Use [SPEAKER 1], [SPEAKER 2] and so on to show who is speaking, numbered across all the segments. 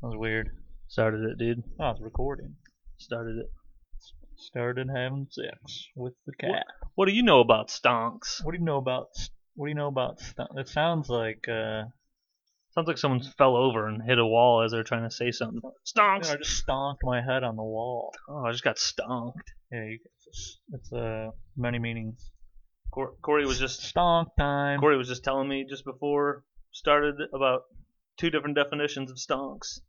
[SPEAKER 1] That was weird.
[SPEAKER 2] Started it, dude.
[SPEAKER 1] Oh, it's recording.
[SPEAKER 2] Started it.
[SPEAKER 1] Started having sex with the cat.
[SPEAKER 2] What do you know about stonks?
[SPEAKER 1] What, do you know about? What do you know about? St- it sounds like uh,
[SPEAKER 2] Sounds like someone fell over and hit a wall as they're trying to say something.
[SPEAKER 1] you know,
[SPEAKER 2] Stonks!
[SPEAKER 1] I just stomped my head on the wall.
[SPEAKER 2] Oh, I just got stonked.
[SPEAKER 1] Yeah, you, it's, it's uh, many meanings.
[SPEAKER 2] Cor- Corey was just
[SPEAKER 1] Stonk time.
[SPEAKER 2] Corey was just telling me just before started about two different definitions of stonks.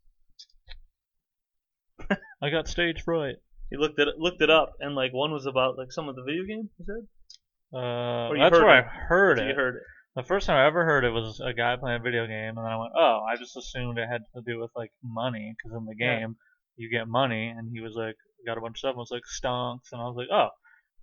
[SPEAKER 1] I got stage fright.
[SPEAKER 2] He looked it looked it up and like one was about like some of the video game. He said
[SPEAKER 1] Uh,
[SPEAKER 2] you
[SPEAKER 1] that's
[SPEAKER 2] heard
[SPEAKER 1] where
[SPEAKER 2] it.
[SPEAKER 1] I heard
[SPEAKER 2] So
[SPEAKER 1] it.
[SPEAKER 2] you heard it.
[SPEAKER 1] The first time I ever heard it was a guy playing a video game, and then I went, "Oh, I just assumed it had to do with like money, because in the
[SPEAKER 2] Yeah.
[SPEAKER 1] game you get money." And he was like, "Got a bunch of stuff." And was like stonks, and I was like, "Oh."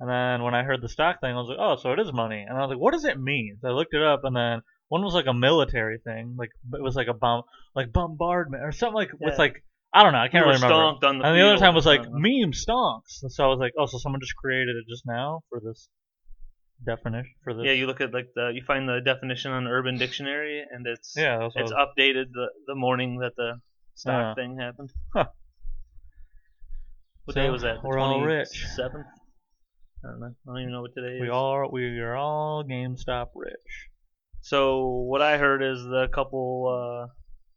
[SPEAKER 1] And then when I heard the stock thing, I was like, "Oh, so it is money." And I was like, "What does it mean?" So I looked it up, and then one was like a military thing, like it was like a bomb, like bombardment or something like
[SPEAKER 2] Yeah.
[SPEAKER 1] with like I don't know, I
[SPEAKER 2] You
[SPEAKER 1] can't really
[SPEAKER 2] were
[SPEAKER 1] remember.
[SPEAKER 2] stonked on the
[SPEAKER 1] and the other
[SPEAKER 2] field.
[SPEAKER 1] time was
[SPEAKER 2] I
[SPEAKER 1] like
[SPEAKER 2] don't know.
[SPEAKER 1] meme stonks, and so I was like, "Oh, so someone just created it just now for this definition for this."
[SPEAKER 2] Yeah, you look at like the you find the definition on Urban Dictionary and it's
[SPEAKER 1] yeah, that's what I
[SPEAKER 2] it's
[SPEAKER 1] was-
[SPEAKER 2] updated the, the morning that the stock thing happened.
[SPEAKER 1] Huh.
[SPEAKER 2] What
[SPEAKER 1] So,
[SPEAKER 2] day was that? The
[SPEAKER 1] we're all rich.
[SPEAKER 2] 27th? I don't know. I don't even know what today is.
[SPEAKER 1] We all we are all GameStop rich.
[SPEAKER 2] so what I heard is the couple uh,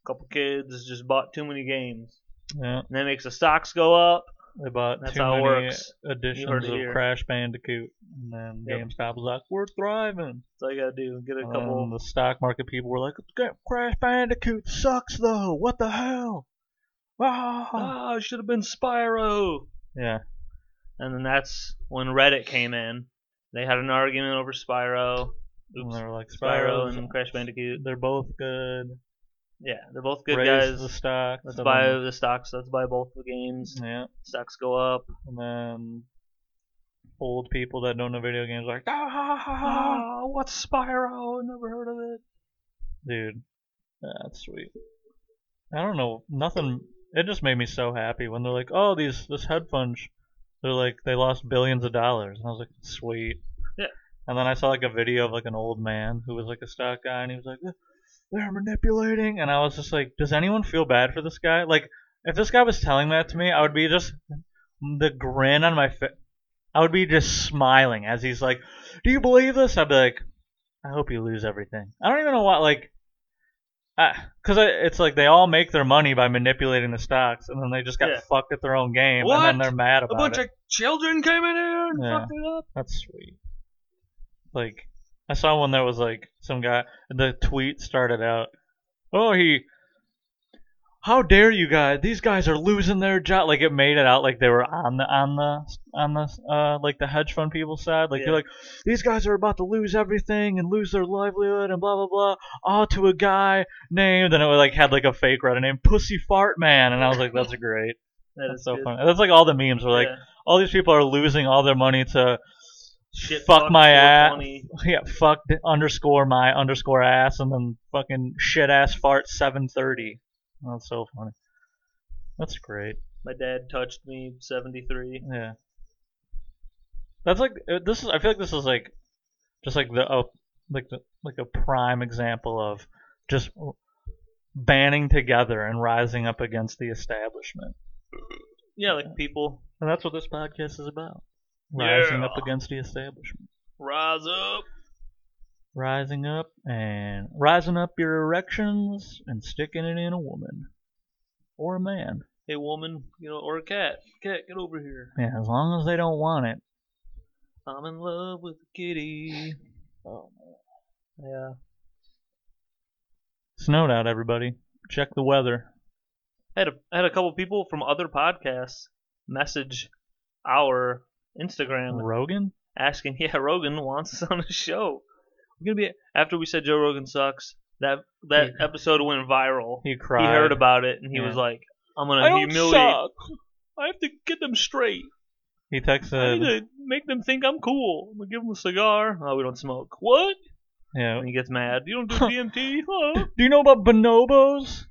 [SPEAKER 2] couple kids just bought too many games,
[SPEAKER 1] Yeah,
[SPEAKER 2] and that makes the stocks go up.
[SPEAKER 1] they bought
[SPEAKER 2] That's
[SPEAKER 1] too
[SPEAKER 2] how it
[SPEAKER 1] many
[SPEAKER 2] works. You heard
[SPEAKER 1] editions
[SPEAKER 2] it
[SPEAKER 1] of
[SPEAKER 2] here.
[SPEAKER 1] Crash Bandicoot, and then
[SPEAKER 2] Yep.
[SPEAKER 1] GameStop was like, "We're thriving."
[SPEAKER 2] That's all you gotta do. Get a couple.
[SPEAKER 1] And the stock market people were like, "Gra- "Crash Bandicoot sucks though. What the hell?" Ah.
[SPEAKER 2] ah, it should have been Spyro.
[SPEAKER 1] Yeah,
[SPEAKER 2] And then that's when Reddit came in. They had an argument over Spyro.
[SPEAKER 1] and
[SPEAKER 2] Oops.
[SPEAKER 1] they were like,
[SPEAKER 2] Spyro
[SPEAKER 1] "Spyro's-
[SPEAKER 2] and Crash Bandicoot.
[SPEAKER 1] they're both good.
[SPEAKER 2] Yeah, they're both good
[SPEAKER 1] Raise
[SPEAKER 2] guys.
[SPEAKER 1] the stock.
[SPEAKER 2] Let's
[SPEAKER 1] so
[SPEAKER 2] buy
[SPEAKER 1] then-
[SPEAKER 2] the stocks. Let's buy both the games.
[SPEAKER 1] Yeah,
[SPEAKER 2] Stocks go up.
[SPEAKER 1] and then old people that don't know video games are like, "Ah,
[SPEAKER 2] Ah, what's Spyro? Never heard of it.
[SPEAKER 1] Dude, that's sweet. I don't know, nothing. It just made me so happy when they're like, "Oh, these this headphones," they're like they lost billions of dollars, and I was like, "Sweet."
[SPEAKER 2] Yeah.
[SPEAKER 1] And then I saw like a video of like an old man who was like a stock guy, and he was like, "They're manipulating," and I was just like, "Does anyone feel bad for this guy?" Like, if this guy was telling that to me, I would be just the grin on my face. I would be just smiling as he's like, "Do you believe this?" I'd be like, "I hope you lose everything." I don't even know why. Like, because I it's like they all make their money by manipulating the stocks, and then they just got
[SPEAKER 2] Yeah.
[SPEAKER 1] fucked at their own game, and
[SPEAKER 2] What?
[SPEAKER 1] then they're mad about
[SPEAKER 2] a bunch
[SPEAKER 1] it.
[SPEAKER 2] of children came in here and
[SPEAKER 1] Yeah.
[SPEAKER 2] fucked it up.
[SPEAKER 1] That's sweet. Like, I saw one that was like some guy. The tweet started out, "Oh, he, how dare you guys? These guys are losing their job." Like it made it out like they were on the on the on the uh like the hedge fund people side. Like
[SPEAKER 2] Yeah.
[SPEAKER 1] they're like, "These guys are about to lose everything and lose their livelihood and blah blah blah." All to a guy named, and it like had like a fake Reddit name, Pussy Fart Man, and I was like, "That's great.
[SPEAKER 2] That
[SPEAKER 1] That's
[SPEAKER 2] is
[SPEAKER 1] so
[SPEAKER 2] good.
[SPEAKER 1] funny." That's like all the memes were like
[SPEAKER 2] Yeah.
[SPEAKER 1] all these people are losing all their money to
[SPEAKER 2] Shit
[SPEAKER 1] fuck
[SPEAKER 2] fucked
[SPEAKER 1] my ass.
[SPEAKER 2] 420.
[SPEAKER 1] Yeah, fuck d- underscore my underscore ass and then fucking shit ass fart 730. That's so funny. That's great.
[SPEAKER 2] My dad touched me 73.
[SPEAKER 1] Yeah. That's like uh, this is. I feel like this is like just like the uh, like the like a prime example of just banning together and rising up against the establishment.
[SPEAKER 2] Yeah, like people
[SPEAKER 1] And that's what this podcast is about. Rising up
[SPEAKER 2] Yeah.
[SPEAKER 1] against the establishment.
[SPEAKER 2] rise up.
[SPEAKER 1] rising up and rising up your erections and sticking it in a woman or a man.
[SPEAKER 2] Hey, woman, you know, or a cat. Cat, get over here.
[SPEAKER 1] Yeah, as long as they don't want it.
[SPEAKER 2] I'm in love with a kitty.
[SPEAKER 1] Oh,
[SPEAKER 2] Yeah.
[SPEAKER 1] snowed out, everybody. Check the weather.
[SPEAKER 2] I had a, I had a couple people from other podcasts message our Instagram
[SPEAKER 1] Rogan.
[SPEAKER 2] asking, "Yeah, Rogan wants us on the show." We're gonna be after we said Joe Rogan sucks. That that
[SPEAKER 1] He-
[SPEAKER 2] episode went viral. He,
[SPEAKER 1] He cried.
[SPEAKER 2] heard about it and he
[SPEAKER 1] Yeah.
[SPEAKER 2] was like, "I'm gonna humiliate. I have to get them straight.
[SPEAKER 1] He
[SPEAKER 2] I need
[SPEAKER 1] texted.
[SPEAKER 2] to make them think I'm cool. I'm gonna give them a cigar. Oh, we don't smoke. What?"
[SPEAKER 1] Yeah.
[SPEAKER 2] And he gets mad. You don't do DMT, huh?
[SPEAKER 1] Do you know about bonobos?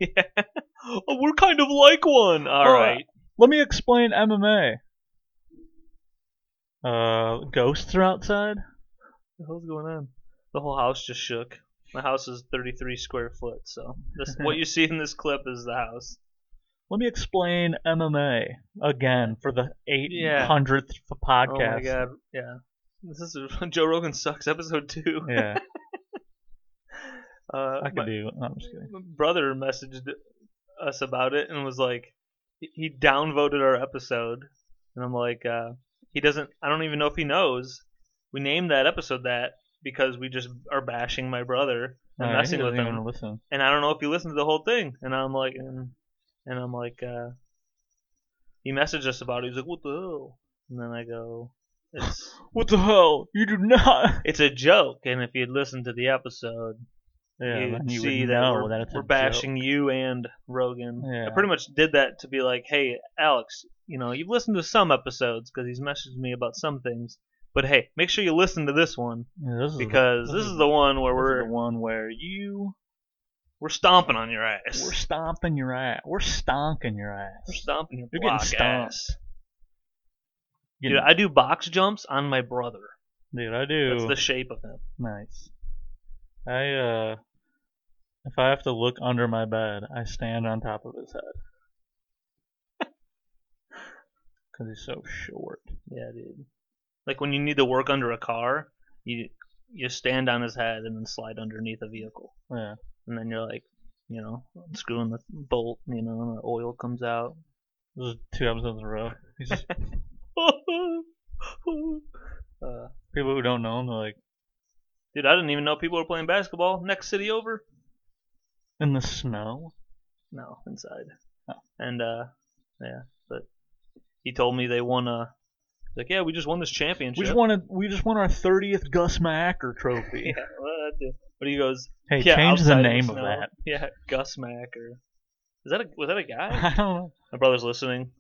[SPEAKER 2] Oh, we're kind of like one. All
[SPEAKER 1] Oh,
[SPEAKER 2] right.
[SPEAKER 1] Let me explain MMA. Uh, ghosts are outside.
[SPEAKER 2] What the hell's going on? The whole house just shook. My house is 33 square foot, so this, what you see in this clip is the house.
[SPEAKER 1] let me explain MMA again for the
[SPEAKER 2] Yeah.
[SPEAKER 1] 800th f-
[SPEAKER 2] Oh my
[SPEAKER 1] podcast.
[SPEAKER 2] god. Yeah. This is Joe Rogan sucks episode two.
[SPEAKER 1] Yeah,
[SPEAKER 2] Uh,
[SPEAKER 1] I can
[SPEAKER 2] my-
[SPEAKER 1] do. No, I'm just kidding.
[SPEAKER 2] my brother messaged us about it and was like, he- he downvoted our episode, and I'm like, uh, he doesn't. I don't even know if he knows. We named that episode that because we just are bashing my brother
[SPEAKER 1] All
[SPEAKER 2] and
[SPEAKER 1] right, he
[SPEAKER 2] messing with
[SPEAKER 1] doesn't even
[SPEAKER 2] him,
[SPEAKER 1] listen.
[SPEAKER 2] and I don't know if he listened to the whole thing. And I'm like, and, and I'm like, uh, he messaged us about it. He's like, what the hell? And then I go, it's
[SPEAKER 1] What the hell? You do not.
[SPEAKER 2] it's a joke. And if you'd listened to the episode,
[SPEAKER 1] Yeah,
[SPEAKER 2] you
[SPEAKER 1] then you
[SPEAKER 2] see
[SPEAKER 1] would
[SPEAKER 2] that
[SPEAKER 1] know
[SPEAKER 2] we're,
[SPEAKER 1] that it's a
[SPEAKER 2] we're
[SPEAKER 1] joke.
[SPEAKER 2] bashing you and Rogan.
[SPEAKER 1] Yeah.
[SPEAKER 2] I pretty much did that to be like, hey, Alex, you know, you've listened to some episodes because he's messaged me about some things, but hey, make sure you listen to this one
[SPEAKER 1] Yeah, this is the-
[SPEAKER 2] because
[SPEAKER 1] this
[SPEAKER 2] this
[SPEAKER 1] is-
[SPEAKER 2] is the one where
[SPEAKER 1] this is
[SPEAKER 2] we're
[SPEAKER 1] the one where you
[SPEAKER 2] we're stomping on your ass.
[SPEAKER 1] we're stomping your ass. We're stonking your
[SPEAKER 2] We're
[SPEAKER 1] ass.
[SPEAKER 2] stomping your
[SPEAKER 1] You're getting
[SPEAKER 2] block
[SPEAKER 1] stomped.
[SPEAKER 2] ass.
[SPEAKER 1] You
[SPEAKER 2] Dude,
[SPEAKER 1] know-
[SPEAKER 2] I do box jumps on my brother.
[SPEAKER 1] dude, I do.
[SPEAKER 2] That's the shape of him.
[SPEAKER 1] Nice. I uh, if I have to look under my bed, I stand on top of his head. Cause he's so short.
[SPEAKER 2] Yeah, dude. Like when you need to work under a car, you you stand on his head and then slide underneath a vehicle.
[SPEAKER 1] Yeah.
[SPEAKER 2] and then you're like, you know, screwing the bolt, you know, and the oil comes out.
[SPEAKER 1] This is two episodes in a row. He's just-
[SPEAKER 2] uh,
[SPEAKER 1] people who don't know him, they're like,
[SPEAKER 2] dude, I didn't even know people were playing basketball. Next city over?
[SPEAKER 1] in the snow?
[SPEAKER 2] No, inside.
[SPEAKER 1] Oh.
[SPEAKER 2] And uh, yeah, but he told me they won a. he's Like, yeah, we just won this championship.
[SPEAKER 1] We just wanted, we just won our 30th Gus Macker
[SPEAKER 2] Yeah,
[SPEAKER 1] trophy.
[SPEAKER 2] well, that- but he goes.
[SPEAKER 1] Hey,
[SPEAKER 2] yeah,
[SPEAKER 1] change
[SPEAKER 2] outside
[SPEAKER 1] the
[SPEAKER 2] in
[SPEAKER 1] name of
[SPEAKER 2] snow."
[SPEAKER 1] that.
[SPEAKER 2] Yeah, Gus Mack or is that a was that a guy?
[SPEAKER 1] I don't know.
[SPEAKER 2] My brother's listening.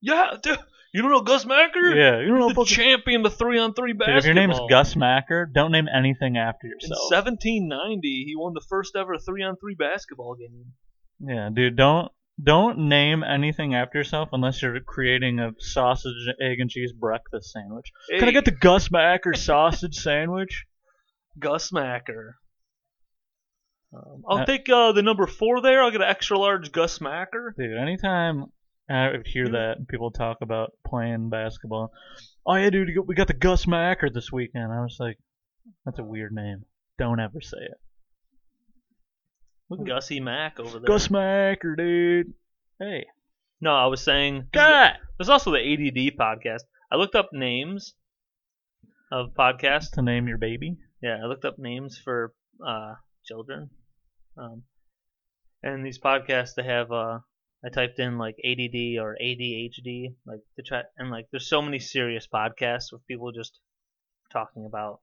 [SPEAKER 2] Yeah, dude, you don't know Gus Macker?
[SPEAKER 1] Yeah, you don't know.
[SPEAKER 2] the
[SPEAKER 1] fucking-
[SPEAKER 2] champion of three on three
[SPEAKER 1] Dude,
[SPEAKER 2] basketball.
[SPEAKER 1] if your name is Gus Macker, don't name anything after
[SPEAKER 2] In
[SPEAKER 1] yourself.
[SPEAKER 2] 1790, he won the first ever three on three basketball game.
[SPEAKER 1] Yeah, dude, don't don't name anything after yourself unless you're creating a sausage, egg, and cheese breakfast sandwich. Can I
[SPEAKER 2] Hey,
[SPEAKER 1] get the Gus Macker sausage sandwich?
[SPEAKER 2] Gus Macker? Um, I'll
[SPEAKER 1] Uh,
[SPEAKER 2] take uh, the number four there. I'll get an extra large Gus Macker.
[SPEAKER 1] Dude, anytime I would hear that and people talk about playing basketball, oh yeah, dude, we got the Gus Macker this weekend. I was like, that's a weird name. Don't ever say it. Look at
[SPEAKER 2] Gussie Mack over there.
[SPEAKER 1] Gus Macker, dude. Hey,
[SPEAKER 2] no, I was saying.
[SPEAKER 1] God,
[SPEAKER 2] There's also the ADD podcast. I looked up names of podcasts.
[SPEAKER 1] to name your baby.
[SPEAKER 2] Yeah, I looked up names for uh, children. Um, and these podcasts, they have, uh, I typed in like ADD or ADHD, like to try, and like there's so many serious podcasts with people just talking about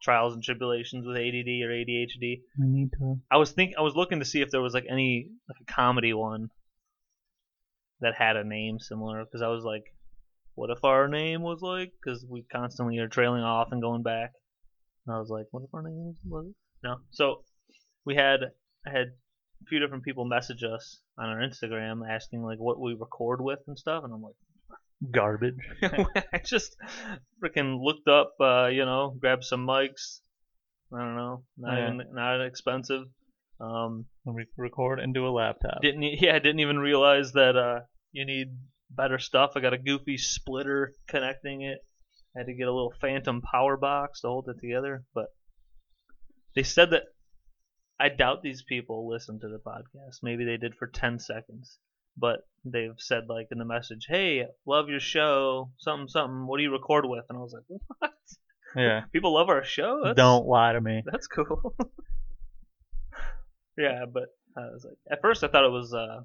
[SPEAKER 2] trials and tribulations with ADD or ADHD.
[SPEAKER 1] I need to.
[SPEAKER 2] I was think I was looking to see if there was like any like a comedy one that had a name similar because I was like, what if our name was like? Because we constantly are trailing off and going back. And I was like, what if our name was no? So we had I had a few different people message us on our Instagram asking like what we record with and stuff, and I'm like.
[SPEAKER 1] Garbage.
[SPEAKER 2] I just freaking looked up, uh, you know, grabbed some mics. I don't know, not
[SPEAKER 1] Yeah.
[SPEAKER 2] even not expensive. Um,
[SPEAKER 1] We record into a laptop.
[SPEAKER 2] didn't e- yeah, I didn't even realize that uh, you need better stuff. I got a goofy splitter connecting it. I had to get a little phantom power box to hold it together. But they said that I doubt these people listen to the podcast. Maybe they did for ten seconds, but they've said like in the message, "Hey, love your show. Something, something. What do you record with?" And I was like, "What?
[SPEAKER 1] Yeah.
[SPEAKER 2] People love our show? That's-
[SPEAKER 1] Don't lie to me.
[SPEAKER 2] that's cool. yeah, but I was like, at first I thought it was uh,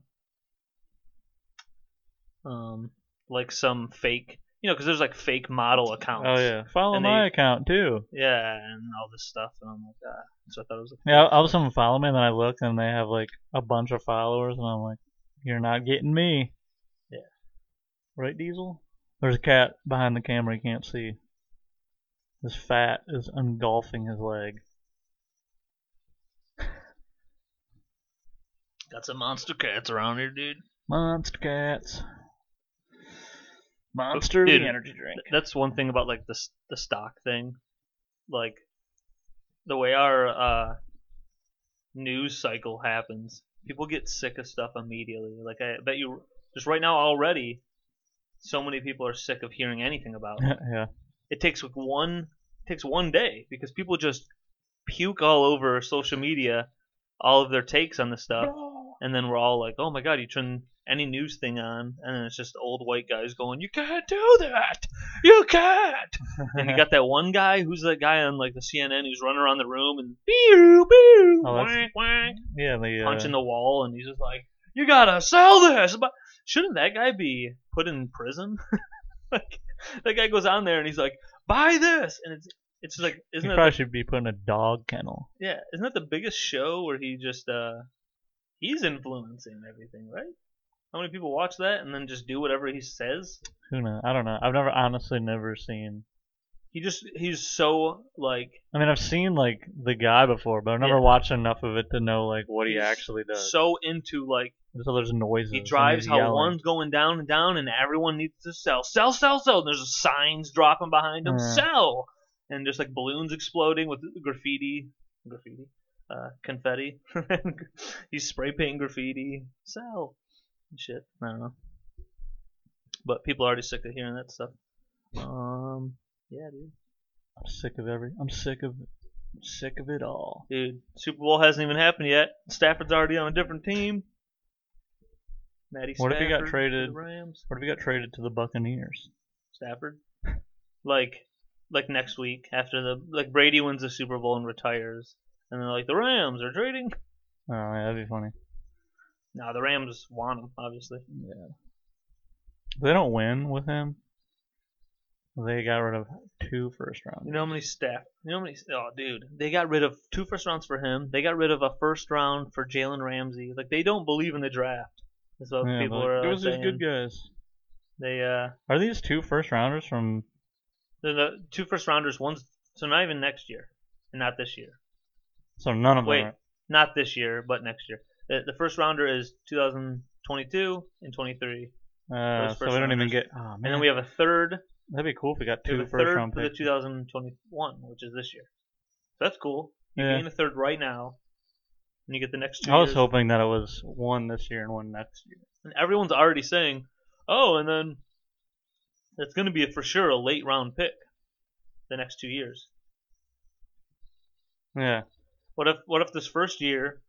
[SPEAKER 2] um, like some fake, you know, because there's like fake model accounts.
[SPEAKER 1] Oh yeah, follow
[SPEAKER 2] And
[SPEAKER 1] my
[SPEAKER 2] they-
[SPEAKER 1] account too.
[SPEAKER 2] Yeah, and all this stuff, and I'm like, ah. So I thought it was. Like,
[SPEAKER 1] Yeah, I- I was someone follow me, and then I look, and they have like a bunch of followers, and I'm like, you're not getting me.
[SPEAKER 2] Yeah.
[SPEAKER 1] Right, Diesel? There's a cat behind the camera you can't see. His fat is engulfing his leg.
[SPEAKER 2] Got some monster cats around here, dude.
[SPEAKER 1] Monster cats. Monster
[SPEAKER 2] Dude.
[SPEAKER 1] the energy drink.
[SPEAKER 2] Th- That's one thing about like the s- the stock thing, like the way our uh, news cycle happens people get sick of stuff immediately. Like I bet you, just right now already, so many people are sick of hearing anything about. it.
[SPEAKER 1] yeah.
[SPEAKER 2] It takes like one it takes one day because people just puke all over social media, all of their takes on the stuff, and then we're all like, "Oh my god, you turn any news thing on, and then it's just old white guys going, "You can't do that, you can't." And you got that one guy who's that guy on like the CNN who's running around the room and boo boo
[SPEAKER 1] Oh, that's-
[SPEAKER 2] wank wank
[SPEAKER 1] yeah. The, uh,
[SPEAKER 2] punching the wall, and he's just like, "You gotta sell this." But shouldn't that guy be put in prison? like that guy goes on there and he's like, "Buy this," and it's it's like
[SPEAKER 1] he
[SPEAKER 2] isn't that
[SPEAKER 1] probably should be put in a dog kennel.
[SPEAKER 2] the- yeah isn't that the biggest show where he just uh he's influencing everything, right? How many people watch that and then just do whatever he says?
[SPEAKER 1] Who knows? I don't know. I've never honestly never seen.
[SPEAKER 2] He just he's so like
[SPEAKER 1] I mean, I've seen like the guy before, but I've never
[SPEAKER 2] Yeah.
[SPEAKER 1] watched enough of it to know like what he
[SPEAKER 2] He's
[SPEAKER 1] actually does.
[SPEAKER 2] so into like
[SPEAKER 1] so there's noises.
[SPEAKER 2] He
[SPEAKER 1] and
[SPEAKER 2] drives
[SPEAKER 1] he's
[SPEAKER 2] how
[SPEAKER 1] yelling.
[SPEAKER 2] one's going down and down, and everyone needs to sell, sell, sell, sell. And there's signs dropping behind him,
[SPEAKER 1] Yeah.
[SPEAKER 2] sell, and just like balloons exploding with graffiti, graffiti, uh, confetti. He's spray painting graffiti, sell, and shit. I don't know, but people are already sick of hearing that stuff. Um, yeah, dude,
[SPEAKER 1] I'm sick of every. I'm sick of. I'm sick of it all.
[SPEAKER 2] dude, Super Bowl hasn't even happened yet. Stafford's already on a different team. Matty
[SPEAKER 1] What if he got
[SPEAKER 2] Stafford for the
[SPEAKER 1] traded-
[SPEAKER 2] Rams.
[SPEAKER 1] What if he got traded to the Buccaneers?
[SPEAKER 2] Stafford. Like like next week after the like Brady wins the Super Bowl and retires. And then like the Rams are trading.
[SPEAKER 1] Oh, yeah, that'd be funny.
[SPEAKER 2] No, the Rams want him, obviously.
[SPEAKER 1] Yeah. They don't win with him. They got rid of two first round.
[SPEAKER 2] You know how many staff you know how many oh dude. They got rid of two first rounds for him. They got rid of a first round for Jalen Ramsey. Like they don't believe in the draft. That's what
[SPEAKER 1] Yeah,
[SPEAKER 2] people
[SPEAKER 1] but
[SPEAKER 2] are
[SPEAKER 1] it
[SPEAKER 2] uh,
[SPEAKER 1] was these
[SPEAKER 2] saying.
[SPEAKER 1] good guys.
[SPEAKER 2] They uh
[SPEAKER 1] Are these two first rounders from?
[SPEAKER 2] they're the two first rounders one's so not even next year. And not this year.
[SPEAKER 1] So none of them.
[SPEAKER 2] Wait,
[SPEAKER 1] are- uh,
[SPEAKER 2] not this year, but next year. The, the first rounder is 2022 and 23,
[SPEAKER 1] Uh,
[SPEAKER 2] those
[SPEAKER 1] so
[SPEAKER 2] first
[SPEAKER 1] we don't even
[SPEAKER 2] rounders.
[SPEAKER 1] get. Oh, man.
[SPEAKER 2] and then we have a third.
[SPEAKER 1] That'd be cool if we got
[SPEAKER 2] We
[SPEAKER 1] two
[SPEAKER 2] have a
[SPEAKER 1] first
[SPEAKER 2] third
[SPEAKER 1] round
[SPEAKER 2] for the
[SPEAKER 1] picks.
[SPEAKER 2] 2021, which is this year. So that's cool. You
[SPEAKER 1] Yeah.
[SPEAKER 2] gain a third right now, and you get the next two.
[SPEAKER 1] I was
[SPEAKER 2] years.
[SPEAKER 1] hoping that it was one this year and one next year.
[SPEAKER 2] And everyone's already saying, "Oh, and then it's going to be for sure a late round pick the next two years."
[SPEAKER 1] Yeah.
[SPEAKER 2] What if what if this first year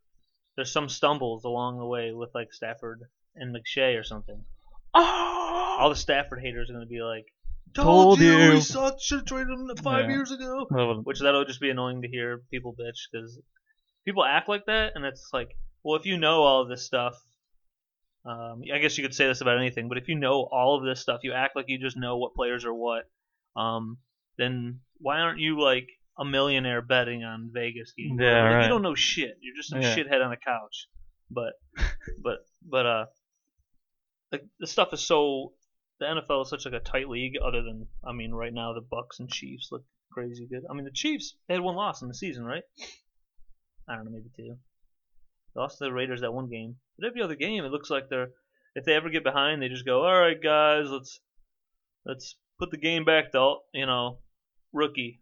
[SPEAKER 2] there's some stumbles along the way with like Stafford and McShay or something?
[SPEAKER 1] Oh.
[SPEAKER 2] all the Stafford haters are going to be like,
[SPEAKER 1] Told you."
[SPEAKER 2] we sucked, should have traded him five
[SPEAKER 1] Yeah.
[SPEAKER 2] years ago."
[SPEAKER 1] That would-
[SPEAKER 2] Which that'll just be annoying to hear people bitch because people act like that, and it's like, well, if you know all of this stuff, um, I guess you could say this about anything, but if you know all of this stuff, you act like you just know what players are what, um, then why aren't you like a millionaire betting on Vegas games?
[SPEAKER 1] Yeah,
[SPEAKER 2] Like,
[SPEAKER 1] right.
[SPEAKER 2] You don't know shit. You're just some
[SPEAKER 1] Yeah.
[SPEAKER 2] shithead on a couch. But, but, but, uh, like the stuff is so the NFL is such like a tight league. Other than I mean, right now the Bucks and Chiefs look crazy good. I mean, the Chiefs they had one loss in the season, right? I don't know, maybe two. They lost to the Raiders that one game, but every other game it looks like they're if they ever get behind, they just go, all right, guys, let's let's put the game back to you know rookie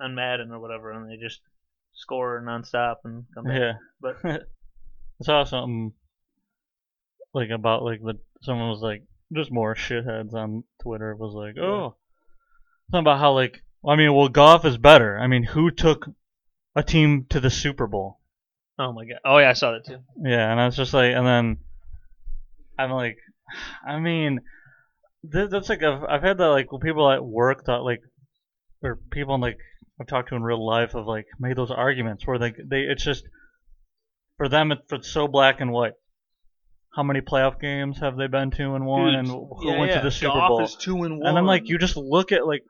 [SPEAKER 2] on Madden or whatever, and they just score nonstop and come back.
[SPEAKER 1] yeah.
[SPEAKER 2] But
[SPEAKER 1] I saw something like about like the someone was like just more shitheads on Twitter was like,
[SPEAKER 2] Yeah.
[SPEAKER 1] oh, something about how like I mean, well, golf is better. I mean, who took a team to the Super Bowl?
[SPEAKER 2] oh my god, oh yeah, I saw that too.
[SPEAKER 1] Yeah, and I was just like, and then I'm like, I mean, th- that's like I've I've had that like when people at work thought like or people like I've talked to in real life have like made those arguments where like they it's just for them it's, it's so black and white. How many playoff games have they been to and won,
[SPEAKER 2] Dude,
[SPEAKER 1] and who
[SPEAKER 2] yeah,
[SPEAKER 1] went
[SPEAKER 2] yeah.
[SPEAKER 1] to the Super
[SPEAKER 2] Goff
[SPEAKER 1] Bowl?
[SPEAKER 2] is two and one.
[SPEAKER 1] And then like you just look at like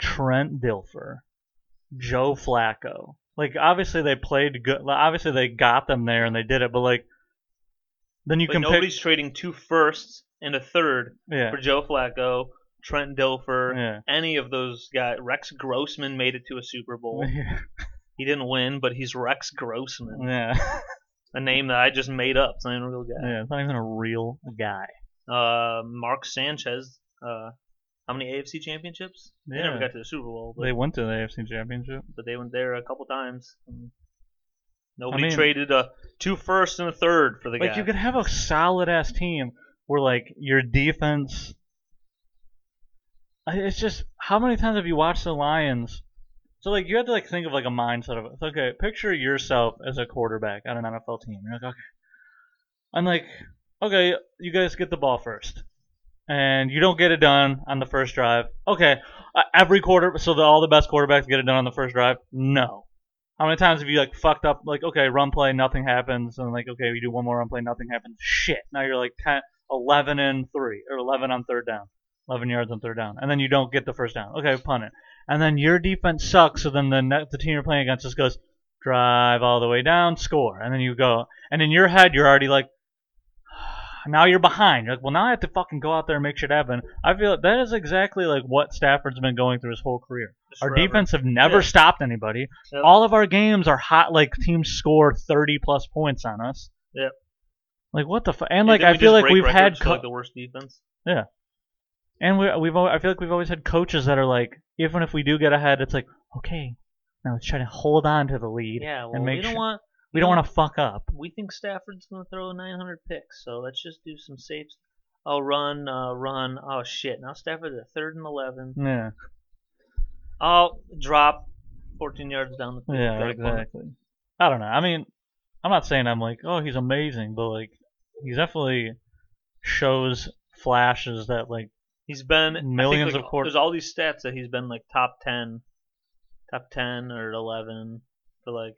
[SPEAKER 1] Trent Dilfer, Joe Flacco. Like obviously they played good. like, Obviously they got them there and they did it. But like then you
[SPEAKER 2] Like,
[SPEAKER 1] can pick.
[SPEAKER 2] nobody's trading two firsts and a third
[SPEAKER 1] Yeah,
[SPEAKER 2] for Joe Flacco, Trent Dilfer,
[SPEAKER 1] yeah,
[SPEAKER 2] any of those guys. Rex Grossman made it to a Super Bowl. He didn't win, but he's Rex Grossman,
[SPEAKER 1] yeah,
[SPEAKER 2] a name that I just made up. It's not even a real guy.
[SPEAKER 1] yeah. It's not even a real guy.
[SPEAKER 2] Uh, Mark Sanchez. Uh, how many AFC championships? They never
[SPEAKER 1] Yeah.
[SPEAKER 2] got to the Super Bowl, but
[SPEAKER 1] They went to the AFC Championship.
[SPEAKER 2] but they went there a couple times. And Nobody
[SPEAKER 1] mean-
[SPEAKER 2] traded a two first and a third for the
[SPEAKER 1] Like
[SPEAKER 2] guy.
[SPEAKER 1] you could have a solid ass team where like your defense. I- It's just how many times have you watched the Lions? So like you had to like think of like a mindset of it. So, okay, picture yourself as a quarterback on an NFL team. You're like okay, I'm like okay, you guys get the ball first, and you don't get it done on the first drive. Okay, uh, every quarter, so the, all the best quarterbacks get it done on the first drive. No, how many times have you like fucked up? Like, okay, run play, nothing happens, and like, okay, we do one more run play, nothing happens. Shit, now you're like 10, 11 and three, or 11 on third down, 11 yards on third down, and then you don't get the first down. Okay, punt it, and then your defense sucks. So then the ne- the team you're playing against just goes drive all the way down, score, and then you go, and in your head you're already like. Now you're behind. You're like, well, now I have to fucking go out there and make shit happen. I feel like that is exactly like what Stafford's been going through his whole career.
[SPEAKER 2] Just
[SPEAKER 1] Our
[SPEAKER 2] forever.
[SPEAKER 1] defense have never
[SPEAKER 2] Yeah.
[SPEAKER 1] stopped anybody.
[SPEAKER 2] Yep.
[SPEAKER 1] All of our games are hot. Like teams score thirty plus points on us.
[SPEAKER 2] Yep.
[SPEAKER 1] Like what the fu- and
[SPEAKER 2] You
[SPEAKER 1] like
[SPEAKER 2] think
[SPEAKER 1] I
[SPEAKER 2] we
[SPEAKER 1] feel
[SPEAKER 2] just
[SPEAKER 1] like
[SPEAKER 2] break
[SPEAKER 1] we've had
[SPEAKER 2] records for,
[SPEAKER 1] co-
[SPEAKER 2] like the worst defense.
[SPEAKER 1] and we, we've al- I feel like we've always had coaches that are like even if we do get ahead, it's like okay, now let's try to hold on to the lead.
[SPEAKER 2] Yeah, well,
[SPEAKER 1] and make
[SPEAKER 2] we don't
[SPEAKER 1] sure-
[SPEAKER 2] want
[SPEAKER 1] we don't want to fuck up.
[SPEAKER 2] we think Stafford's going to throw 900 picks, so let's just do some saves. Oh, run, uh, run. Oh, shit. Now Stafford's at third and 11.
[SPEAKER 1] Yeah.
[SPEAKER 2] Oh, drop 14 yards down the field.
[SPEAKER 1] Yeah.
[SPEAKER 2] Got a corner.
[SPEAKER 1] Exactly. I don't know. I mean, I'm not saying I'm like oh he's amazing, but like he definitely shows flashes that like
[SPEAKER 2] He's been I think,
[SPEAKER 1] Millions
[SPEAKER 2] like,
[SPEAKER 1] of quarter-
[SPEAKER 2] There's all these stats that he's been like top 10, top 10 or 11 for like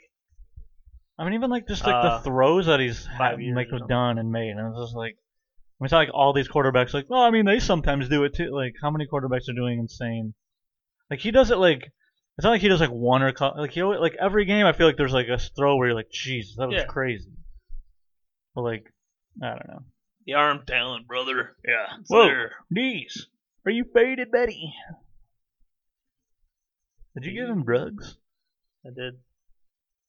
[SPEAKER 1] I mean, even like just like
[SPEAKER 2] Uh,
[SPEAKER 1] the throws that he's had,
[SPEAKER 2] five years
[SPEAKER 1] like
[SPEAKER 2] or something.
[SPEAKER 1] done and made, and it's just like, I mean, it's not like all these quarterbacks like, well, I mean, they sometimes do it too. Like, how many quarterbacks are doing insane? Like he does it like, it's not like he does like one or co- like he always, like every game. I feel like there's like a throw where you're like, Jesus, that was
[SPEAKER 2] Yeah.
[SPEAKER 1] crazy. But like, I don't know.
[SPEAKER 2] the arm talent, brother.
[SPEAKER 1] Yeah.
[SPEAKER 2] It's
[SPEAKER 1] Whoa,
[SPEAKER 2] there.
[SPEAKER 1] knees. Are you faded, Betty? Did you give him drugs?
[SPEAKER 2] I did.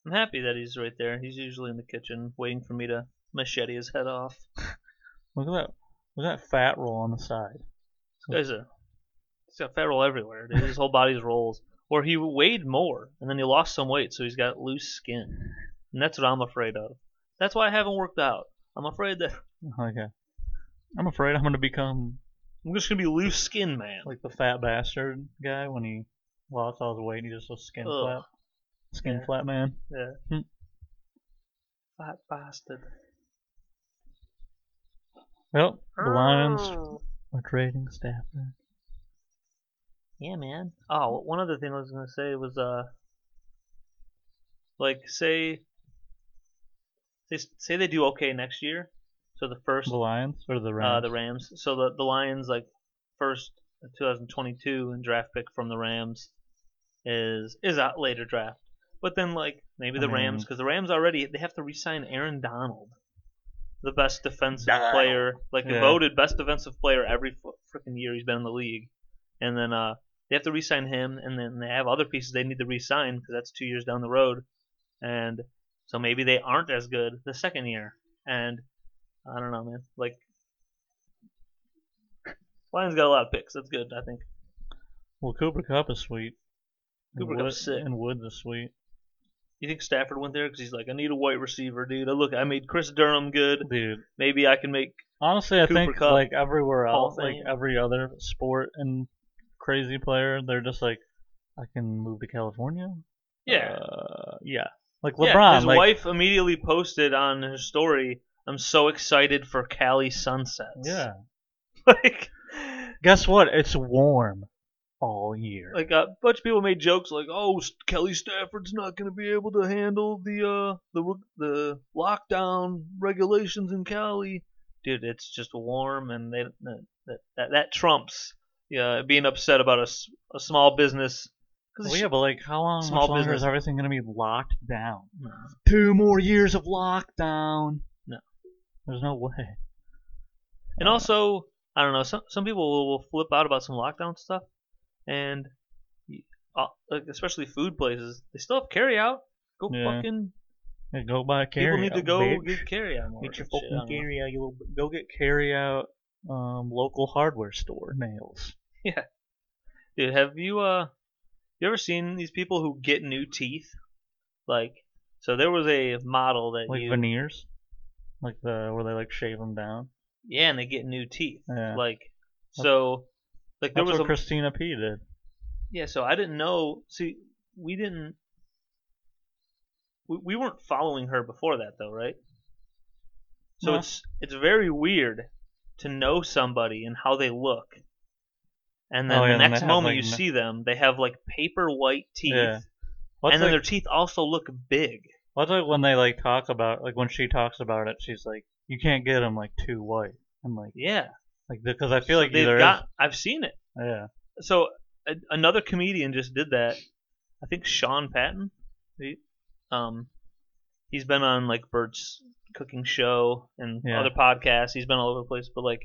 [SPEAKER 2] I'm happy that he's right there. He's usually in the kitchen waiting for me to machete his head off.
[SPEAKER 1] Look at that. Look at that fat roll on the side.
[SPEAKER 2] This guy's a he's got fat roll everywhere. Dude. His whole body's rolls. Or he weighed more and then he lost some weight, so he's got loose skin. And that's what I'm afraid of. That's why I haven't worked out. I'm afraid that
[SPEAKER 1] Okay. I'm afraid I'm gonna become
[SPEAKER 2] I'm just gonna be loose skin man.
[SPEAKER 1] like the fat bastard guy when he lost all his weight. He just was skin
[SPEAKER 2] Ugh.
[SPEAKER 1] flat, skin
[SPEAKER 2] Yeah.
[SPEAKER 1] flat man.
[SPEAKER 2] Yeah.
[SPEAKER 1] Hmm.
[SPEAKER 2] Fat bastard.
[SPEAKER 1] Well, the Lions
[SPEAKER 2] Oh.
[SPEAKER 1] are trading Stafford.
[SPEAKER 2] Yeah, man. Oh, one other thing I was gonna say was uh, like say, say say they do okay next year. So the first
[SPEAKER 1] The Lions or the
[SPEAKER 2] uh
[SPEAKER 1] Rams?
[SPEAKER 2] the Rams. So the the Lions like first uh, 2022 and draft pick from the Rams is is a later draft. But then like maybe
[SPEAKER 1] I
[SPEAKER 2] the
[SPEAKER 1] mean-
[SPEAKER 2] Rams because the Rams already they have to re-sign Aaron Donald, the best defensive
[SPEAKER 1] Donald.
[SPEAKER 2] player, like
[SPEAKER 1] Yeah.
[SPEAKER 2] voted best defensive player every freaking year he's been in the league. And then uh they have to re-sign him, and then they have other pieces they need to re-sign because that's two years down the road, and so maybe they aren't as good the second year. And I don't know, man. Like Lions got a lot of picks. That's good, I think.
[SPEAKER 1] well, Cooper Cup is sweet. And
[SPEAKER 2] Cooper Kupp's
[SPEAKER 1] Wood-
[SPEAKER 2] sick.
[SPEAKER 1] And Woods is sweet.
[SPEAKER 2] You think Stafford went there because he's like, I need a white receiver, dude. Oh, Look, I made Chris Durham good.
[SPEAKER 1] Dude,
[SPEAKER 2] Maybe I can make.
[SPEAKER 1] honestly, I
[SPEAKER 2] Cooper
[SPEAKER 1] think
[SPEAKER 2] Kupp,
[SPEAKER 1] like everywhere
[SPEAKER 2] Hall
[SPEAKER 1] else,
[SPEAKER 2] of
[SPEAKER 1] like
[SPEAKER 2] Fame.
[SPEAKER 1] every other sport and crazy player, they're just like, I can move to California. Uh, yeah. Like LeBron,
[SPEAKER 2] Yeah, His
[SPEAKER 1] like
[SPEAKER 2] wife immediately posted on her story, "I'm so excited for Cali sunsets."
[SPEAKER 1] yeah.
[SPEAKER 2] like,
[SPEAKER 1] Guess what? It's warm all year.
[SPEAKER 2] like a bunch of people made jokes like, "Oh, Kelly Stafford's not going to be able to handle the uh the ro- the lockdown regulations in Cali." Dude, it's just warm, and they that that, that trumps yeah being upset about a, s- a small business. 'Cause
[SPEAKER 1] Well,
[SPEAKER 2] it's-
[SPEAKER 1] Oh, yeah, but like, how long
[SPEAKER 2] Small
[SPEAKER 1] much longer
[SPEAKER 2] business.
[SPEAKER 1] is everything going to be locked down? Two more years of lockdown.
[SPEAKER 2] No.
[SPEAKER 1] there's no way.
[SPEAKER 2] And
[SPEAKER 1] Oh,
[SPEAKER 2] also, I don't know. Some some people will, will flip out about some lockdown stuff, and y- uh, like especially food places, they still have carry out. Go
[SPEAKER 1] Yeah.
[SPEAKER 2] fucking.
[SPEAKER 1] Yeah, go buy carry.
[SPEAKER 2] people need to
[SPEAKER 1] out,
[SPEAKER 2] go
[SPEAKER 1] bitch.
[SPEAKER 2] get carry out.
[SPEAKER 1] Get your fucking carry out. You little b- go get carry out. Um, local hardware store nails.
[SPEAKER 2] Dude, have you uh, you ever seen these people who get new teeth? Like So there was a model that
[SPEAKER 1] Like
[SPEAKER 2] you
[SPEAKER 1] veneers, like the where they like shave them down.
[SPEAKER 2] yeah, and they get new teeth.
[SPEAKER 1] Yeah.
[SPEAKER 2] Like so, like there
[SPEAKER 1] That's
[SPEAKER 2] was
[SPEAKER 1] what
[SPEAKER 2] a
[SPEAKER 1] Christina P did.
[SPEAKER 2] yeah. So I didn't know. See, we didn't. We, we weren't following her before that though, right? So
[SPEAKER 1] No.
[SPEAKER 2] it's it's very weird to know somebody and how they look, and then
[SPEAKER 1] Oh, yeah,
[SPEAKER 2] the
[SPEAKER 1] and they
[SPEAKER 2] next
[SPEAKER 1] have,
[SPEAKER 2] moment
[SPEAKER 1] like,
[SPEAKER 2] you
[SPEAKER 1] no-
[SPEAKER 2] see them, they have like paper white teeth,
[SPEAKER 1] Yeah. What's
[SPEAKER 2] and then
[SPEAKER 1] like,
[SPEAKER 2] their teeth also look big.
[SPEAKER 1] what's like when they like talk about like when she talks about it, she's like, you can't get them like too white. I'm like,
[SPEAKER 2] Yeah,
[SPEAKER 1] like because I feel
[SPEAKER 2] So
[SPEAKER 1] like
[SPEAKER 2] they've
[SPEAKER 1] either is-
[SPEAKER 2] got. I've seen it.
[SPEAKER 1] yeah,
[SPEAKER 2] so a, another comedian just did that. I think Sean Patton. He, um, he's been on like Bert's cooking show and
[SPEAKER 1] Yeah.
[SPEAKER 2] other podcasts. He's been all over the place, but like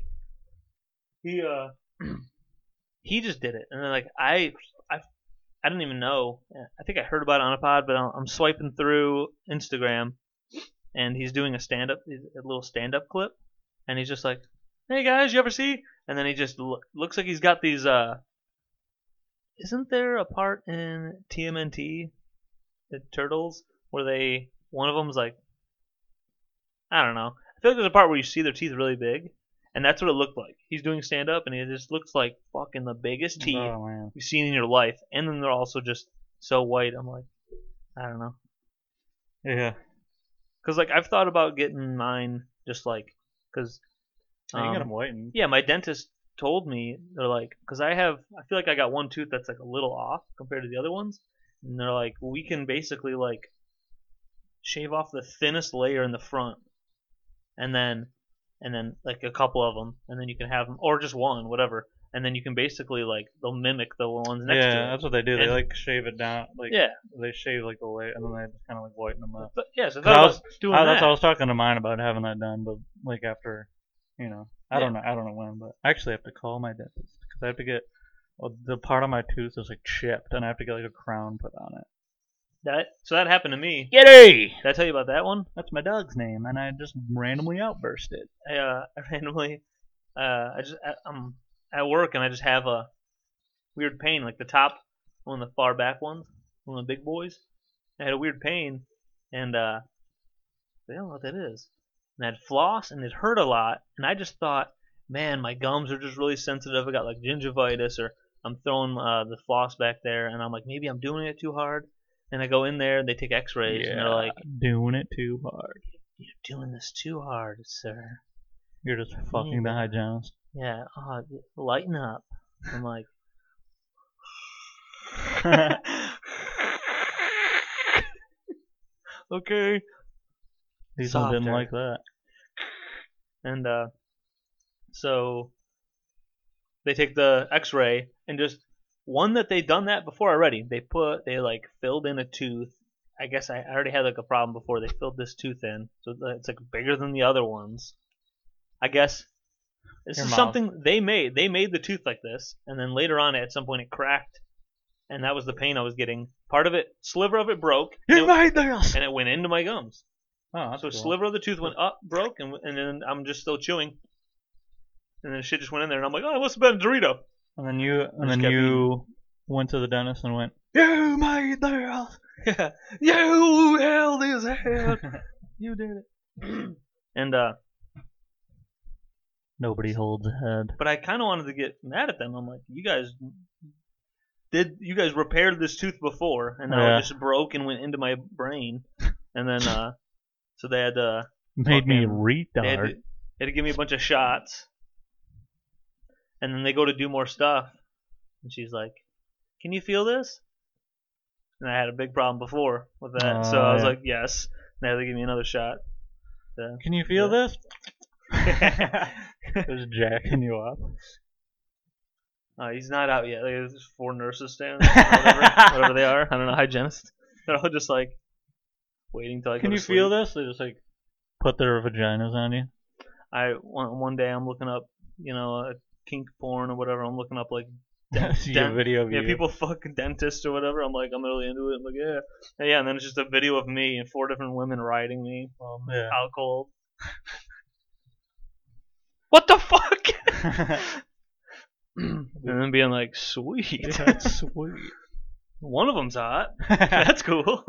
[SPEAKER 2] he uh he just did it, and then like I I I didn't even know. I think I heard about it on a pod, but I'm I'm swiping through Instagram, and he's doing a stand up a little stand up clip, and he's just like, "Hey guys, you ever see?" And then he just lo- looks like he's got these uh isn't there a part in TMNT, the Turtles, where they one of them's like, I don't know. I feel like there's a part where you see their teeth really big, and that's what it looked like. He's doing stand up, and it just looks like fucking the biggest teeth
[SPEAKER 1] oh man,
[SPEAKER 2] you've seen in your life. And then they're also just so white. I'm like, I don't know.
[SPEAKER 1] yeah.
[SPEAKER 2] Cause like I've thought about getting mine just like, cause
[SPEAKER 1] you can
[SPEAKER 2] um,
[SPEAKER 1] get them white. and-
[SPEAKER 2] yeah, my dentist told me they're like, because I have, I feel like I got one tooth that's like a little off compared to the other ones, and they're like, we can basically like shave off the thinnest layer in the front, and then, and then like a couple of them, and then you can have them, or just one, whatever, and then you can basically like they'll mimic the ones next
[SPEAKER 1] yeah,
[SPEAKER 2] to it.
[SPEAKER 1] that's what they do. They
[SPEAKER 2] And-
[SPEAKER 1] like shave it down, like
[SPEAKER 2] yeah,
[SPEAKER 1] they shave like the layer, and then they just kind of like whiten them up.
[SPEAKER 2] but yeah, so
[SPEAKER 1] 'Cause I
[SPEAKER 2] that
[SPEAKER 1] was-
[SPEAKER 2] was doing
[SPEAKER 1] I,
[SPEAKER 2] that.
[SPEAKER 1] that's what I was talking to mine about having that done, but like after, you know, I
[SPEAKER 2] Yeah.
[SPEAKER 1] don't know, I don't know when, but I actually have to call my dentist because I have to get well, the part of my tooth is like chipped, and I have to get like a crown put on it.
[SPEAKER 2] That so that happened to me.
[SPEAKER 1] Yeti,
[SPEAKER 2] Did I tell you about that one?
[SPEAKER 1] that's my dog's name, and I just randomly outbursted.
[SPEAKER 2] I, uh, I randomly, uh, I just, I, I'm at work and I just have a weird pain, like the top, one of the far back ones, one of the big boys. I had a weird pain, and uh, I don't know what that is. And I had floss, and it hurt a lot. And I just thought, man, my gums are just really sensitive. I got like gingivitis, or I'm throwing uh, the floss back there, and I'm like, maybe I'm doing it too hard. And I go in there, and they take X-rays, and they're
[SPEAKER 1] Yeah.
[SPEAKER 2] like,
[SPEAKER 1] Doing it too hard.
[SPEAKER 2] "You're doing this too hard, sir."
[SPEAKER 1] You're just fucking
[SPEAKER 2] Mm.
[SPEAKER 1] the hygienist.
[SPEAKER 2] Yeah, uh, lighten up. I'm like, okay.
[SPEAKER 1] These people didn't
[SPEAKER 2] Softer.
[SPEAKER 1] like that.
[SPEAKER 2] And uh, so they take the X-ray and just one that they done that before already. They put they like filled in a tooth. I guess I I already had like a problem before. They filled this tooth in, so it's like bigger than the other ones. I guess this
[SPEAKER 1] Your
[SPEAKER 2] is
[SPEAKER 1] mouth.
[SPEAKER 2] something they made. They made the tooth like this, and then later on at some point it cracked, and that was the pain I was getting. Part of it, sliver of it broke, and
[SPEAKER 1] You
[SPEAKER 2] it,
[SPEAKER 1] made this.
[SPEAKER 2] and it went into my gums.
[SPEAKER 1] Oh, that's
[SPEAKER 2] So a
[SPEAKER 1] cool.
[SPEAKER 2] sliver of the tooth went up, broke, and, and then I'm just still chewing. And then shit just went in there, and I'm like, oh, it must have been a Dorito.
[SPEAKER 1] And then you and
[SPEAKER 2] just
[SPEAKER 1] then
[SPEAKER 2] kept
[SPEAKER 1] you went to the dentist and went, You made this.
[SPEAKER 2] Yeah, you held his hand. you did it. and uh,
[SPEAKER 1] Nobody holds a head.
[SPEAKER 2] but I kind of wanted to get mad at them. I'm like, you guys did, you guys repaired this tooth before, and now
[SPEAKER 1] Yeah.
[SPEAKER 2] it just broke and went into my brain. And then uh, so they had uh,
[SPEAKER 1] Made me
[SPEAKER 2] Fucking- They had, to,
[SPEAKER 1] retard.
[SPEAKER 2] they had to give me a bunch of shots. And then they go to do more stuff. And she's like, Can you feel this? And I had a big problem before with that. so
[SPEAKER 1] Oh,
[SPEAKER 2] I was
[SPEAKER 1] yeah.
[SPEAKER 2] like, Yes. And they had to give me another shot. So,
[SPEAKER 1] Can you feel
[SPEAKER 2] Yeah.
[SPEAKER 1] this? Just jacking you up.
[SPEAKER 2] uh, he's not out yet. Like, there's four nurses standing there, whatever, whatever they are. I don't know, hygienist. They're all just like waiting till I
[SPEAKER 1] Can
[SPEAKER 2] go
[SPEAKER 1] you
[SPEAKER 2] to
[SPEAKER 1] feel
[SPEAKER 2] sleep.
[SPEAKER 1] this? They just like put their vaginas on you.
[SPEAKER 2] I one, one day I'm looking up, you know, uh, kink porn or whatever. I'm looking up like
[SPEAKER 1] See a
[SPEAKER 2] dent-
[SPEAKER 1] video of
[SPEAKER 2] Yeah,
[SPEAKER 1] you.
[SPEAKER 2] people fuck dentists or whatever. I'm like, I'm really into it. I'm like, yeah. And yeah, and then it's just a video of me and four different women riding me while I'm
[SPEAKER 1] Yeah.
[SPEAKER 2] out cold. what the fuck? and then being like, sweet.
[SPEAKER 1] That's sweet.
[SPEAKER 2] One of them's hot. That's cool.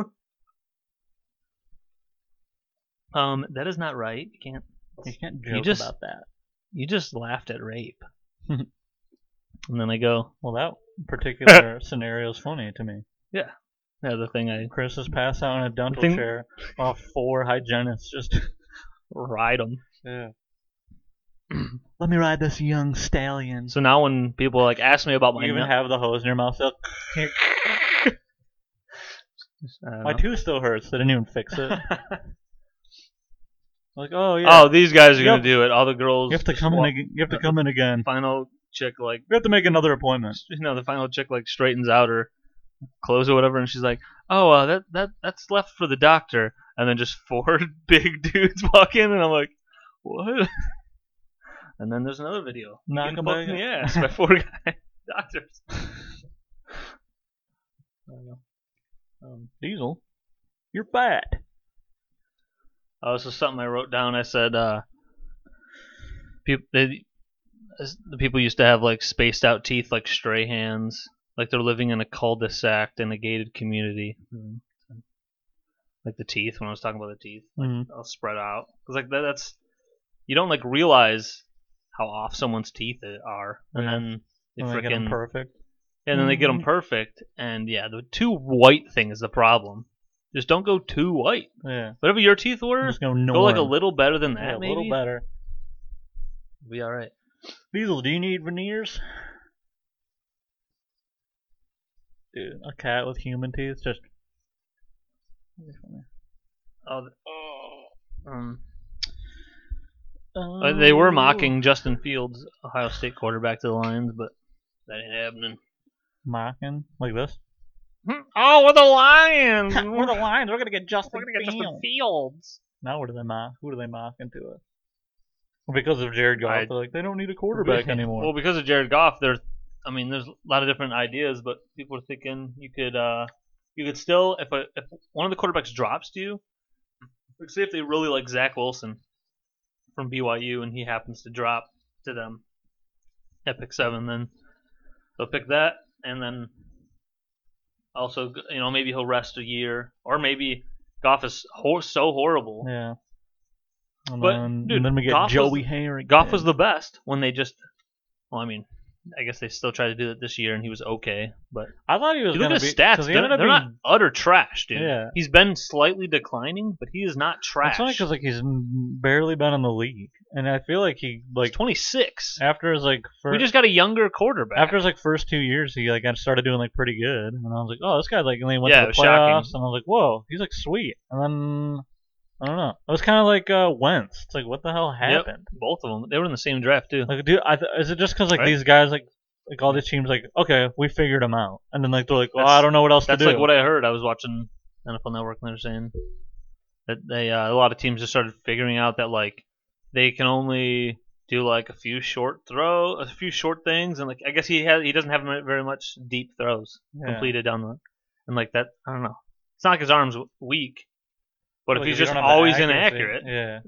[SPEAKER 2] Um, that is not right. You can't.
[SPEAKER 1] You can't
[SPEAKER 2] You
[SPEAKER 1] joke
[SPEAKER 2] just-
[SPEAKER 1] about that.
[SPEAKER 2] You just laughed at rape. and then I go,
[SPEAKER 1] Well, that particular scenario is funny to me.
[SPEAKER 2] the other thing I
[SPEAKER 1] Chris is passed out in a dental
[SPEAKER 2] Think-
[SPEAKER 1] chair while four hygienists just.
[SPEAKER 2] ride them.
[SPEAKER 1] Yeah. Let me ride this young stallion.
[SPEAKER 2] So now when people like ask me about my
[SPEAKER 1] you even
[SPEAKER 2] nut-
[SPEAKER 1] have the hose in your mouth. Still.
[SPEAKER 2] I don't
[SPEAKER 1] My
[SPEAKER 2] know.
[SPEAKER 1] tooth still hurts. They didn't even fix it. like, oh yeah.
[SPEAKER 2] oh, these guys are
[SPEAKER 1] You
[SPEAKER 2] gonna
[SPEAKER 1] have-
[SPEAKER 2] do it. All the girls
[SPEAKER 1] you have to
[SPEAKER 2] just
[SPEAKER 1] come in.
[SPEAKER 2] walk- Uh-huh.
[SPEAKER 1] Again. You have to come in again.
[SPEAKER 2] Final chick like
[SPEAKER 1] We have to make another appointment.
[SPEAKER 2] you know the final chick like straightens out her clothes or whatever, and she's like, "Oh, uh, that that that's left for the doctor." And then just four big dudes walk in, and I'm like, "What?" And then there's another video.
[SPEAKER 1] Knock
[SPEAKER 2] Getting
[SPEAKER 1] 'em
[SPEAKER 2] fucked
[SPEAKER 1] back
[SPEAKER 2] in the
[SPEAKER 1] in.
[SPEAKER 2] ass by four guy doctors. I don't know. Um,
[SPEAKER 1] Diesel, you're fat.
[SPEAKER 2] Oh, this was something I wrote down. I said, uh, peop they, as- the people used to have like spaced out teeth like stray hands, like they're living in a cul-de-sac in a gated community.
[SPEAKER 1] Hmm.
[SPEAKER 2] Like the teeth, when I was talking about the teeth,
[SPEAKER 1] Mm.
[SPEAKER 2] all spread out. 'Cause, like that, that's you don't like realize how off someone's teeth are, and
[SPEAKER 1] Yeah.
[SPEAKER 2] then they
[SPEAKER 1] And they get 'em
[SPEAKER 2] freaking
[SPEAKER 1] perfect.
[SPEAKER 2] and then they get them
[SPEAKER 1] Mhm.
[SPEAKER 2] perfect. And yeah, the too white thing is the problem. Just don't go too white.
[SPEAKER 1] Yeah.
[SPEAKER 2] Whatever your teeth were,
[SPEAKER 1] Just go norm.
[SPEAKER 2] Go like a little better than that,
[SPEAKER 1] Yeah, a
[SPEAKER 2] maybe.
[SPEAKER 1] little better.
[SPEAKER 2] Be all right.
[SPEAKER 1] Diesel, do you need veneers? Dude, a cat with human teeth just.
[SPEAKER 2] Oh, th- um,
[SPEAKER 1] oh.
[SPEAKER 2] uh, they were mocking Justin Fields, Ohio State quarterback, to the Lions, but that ain't happening.
[SPEAKER 1] Mocking? Like this?
[SPEAKER 2] Oh, we're the Lions. we're, the,
[SPEAKER 1] Lions. We're gonna get Justin.
[SPEAKER 2] we're gonna get Justin Fields.
[SPEAKER 1] Now what do they mock? Who do they mock into it? Because of Jared Goff,
[SPEAKER 2] I-
[SPEAKER 1] they're like they don't need a quarterback anymore.
[SPEAKER 2] Well, because of Jared Goff, there's, I mean, there's a lot of different ideas, but people are thinking you could, uh, you could still, if a, if one of the quarterbacks drops to you, like say if they really like Zach Wilson from BYU and he happens to drop to them at pick seven, then they'll pick that, and then also, you know, maybe he'll rest a year, or maybe Goff is hor- so horrible.
[SPEAKER 1] yeah. And
[SPEAKER 2] But,
[SPEAKER 1] then,
[SPEAKER 2] dude,
[SPEAKER 1] and then we get
[SPEAKER 2] Goff was-
[SPEAKER 1] Joey Harry.
[SPEAKER 2] Goff was the best when they just. Well, I mean, I guess they still tried to do it this year, and he was okay. But
[SPEAKER 1] I thought he was
[SPEAKER 2] you look
[SPEAKER 1] gonna
[SPEAKER 2] at his
[SPEAKER 1] be- 'cause
[SPEAKER 2] stats;
[SPEAKER 1] He
[SPEAKER 2] they're,
[SPEAKER 1] ended up
[SPEAKER 2] they're
[SPEAKER 1] being,
[SPEAKER 2] not utter trash, dude.
[SPEAKER 1] Yeah.
[SPEAKER 2] He's been slightly declining, but he is not
[SPEAKER 1] It's
[SPEAKER 2] trash.
[SPEAKER 1] funny because like he's barely been in the league, and I feel like he
[SPEAKER 2] He's
[SPEAKER 1] like
[SPEAKER 2] 26.
[SPEAKER 1] after his like first
[SPEAKER 2] we just got a younger quarterback.
[SPEAKER 1] after his like first two years, he like I started doing like pretty good, and I was like, oh, this guy like and then he went
[SPEAKER 2] Yeah,
[SPEAKER 1] to
[SPEAKER 2] it
[SPEAKER 1] the
[SPEAKER 2] was
[SPEAKER 1] playoffs,
[SPEAKER 2] shocking.
[SPEAKER 1] and I was like, whoa, he's like sweet, and then I don't know, it was kind of like uh, Wentz. It's like what the hell
[SPEAKER 2] Yep,
[SPEAKER 1] happened?
[SPEAKER 2] both of them, they were in the same draft too.
[SPEAKER 1] Like, dude, I th- is it just because like
[SPEAKER 2] Right.
[SPEAKER 1] these guys like like all these teams like okay, we figured him out, and then like they're like, well,
[SPEAKER 2] That's-
[SPEAKER 1] I don't know what else
[SPEAKER 2] That's
[SPEAKER 1] to do.
[SPEAKER 2] like what I heard. I was watching NFL Network, and they're saying that they uh, a lot of teams just started figuring out that like they can only do like a few short throw, a few short things, and like I guess he has he doesn't have very much deep throws
[SPEAKER 1] Yeah.
[SPEAKER 2] completed down the, and like that I don't know. It's not like his arms weak, but
[SPEAKER 1] Like,
[SPEAKER 2] if he's
[SPEAKER 1] you
[SPEAKER 2] just
[SPEAKER 1] don't have the
[SPEAKER 2] always
[SPEAKER 1] accuracy-
[SPEAKER 2] inaccurate,
[SPEAKER 1] yeah,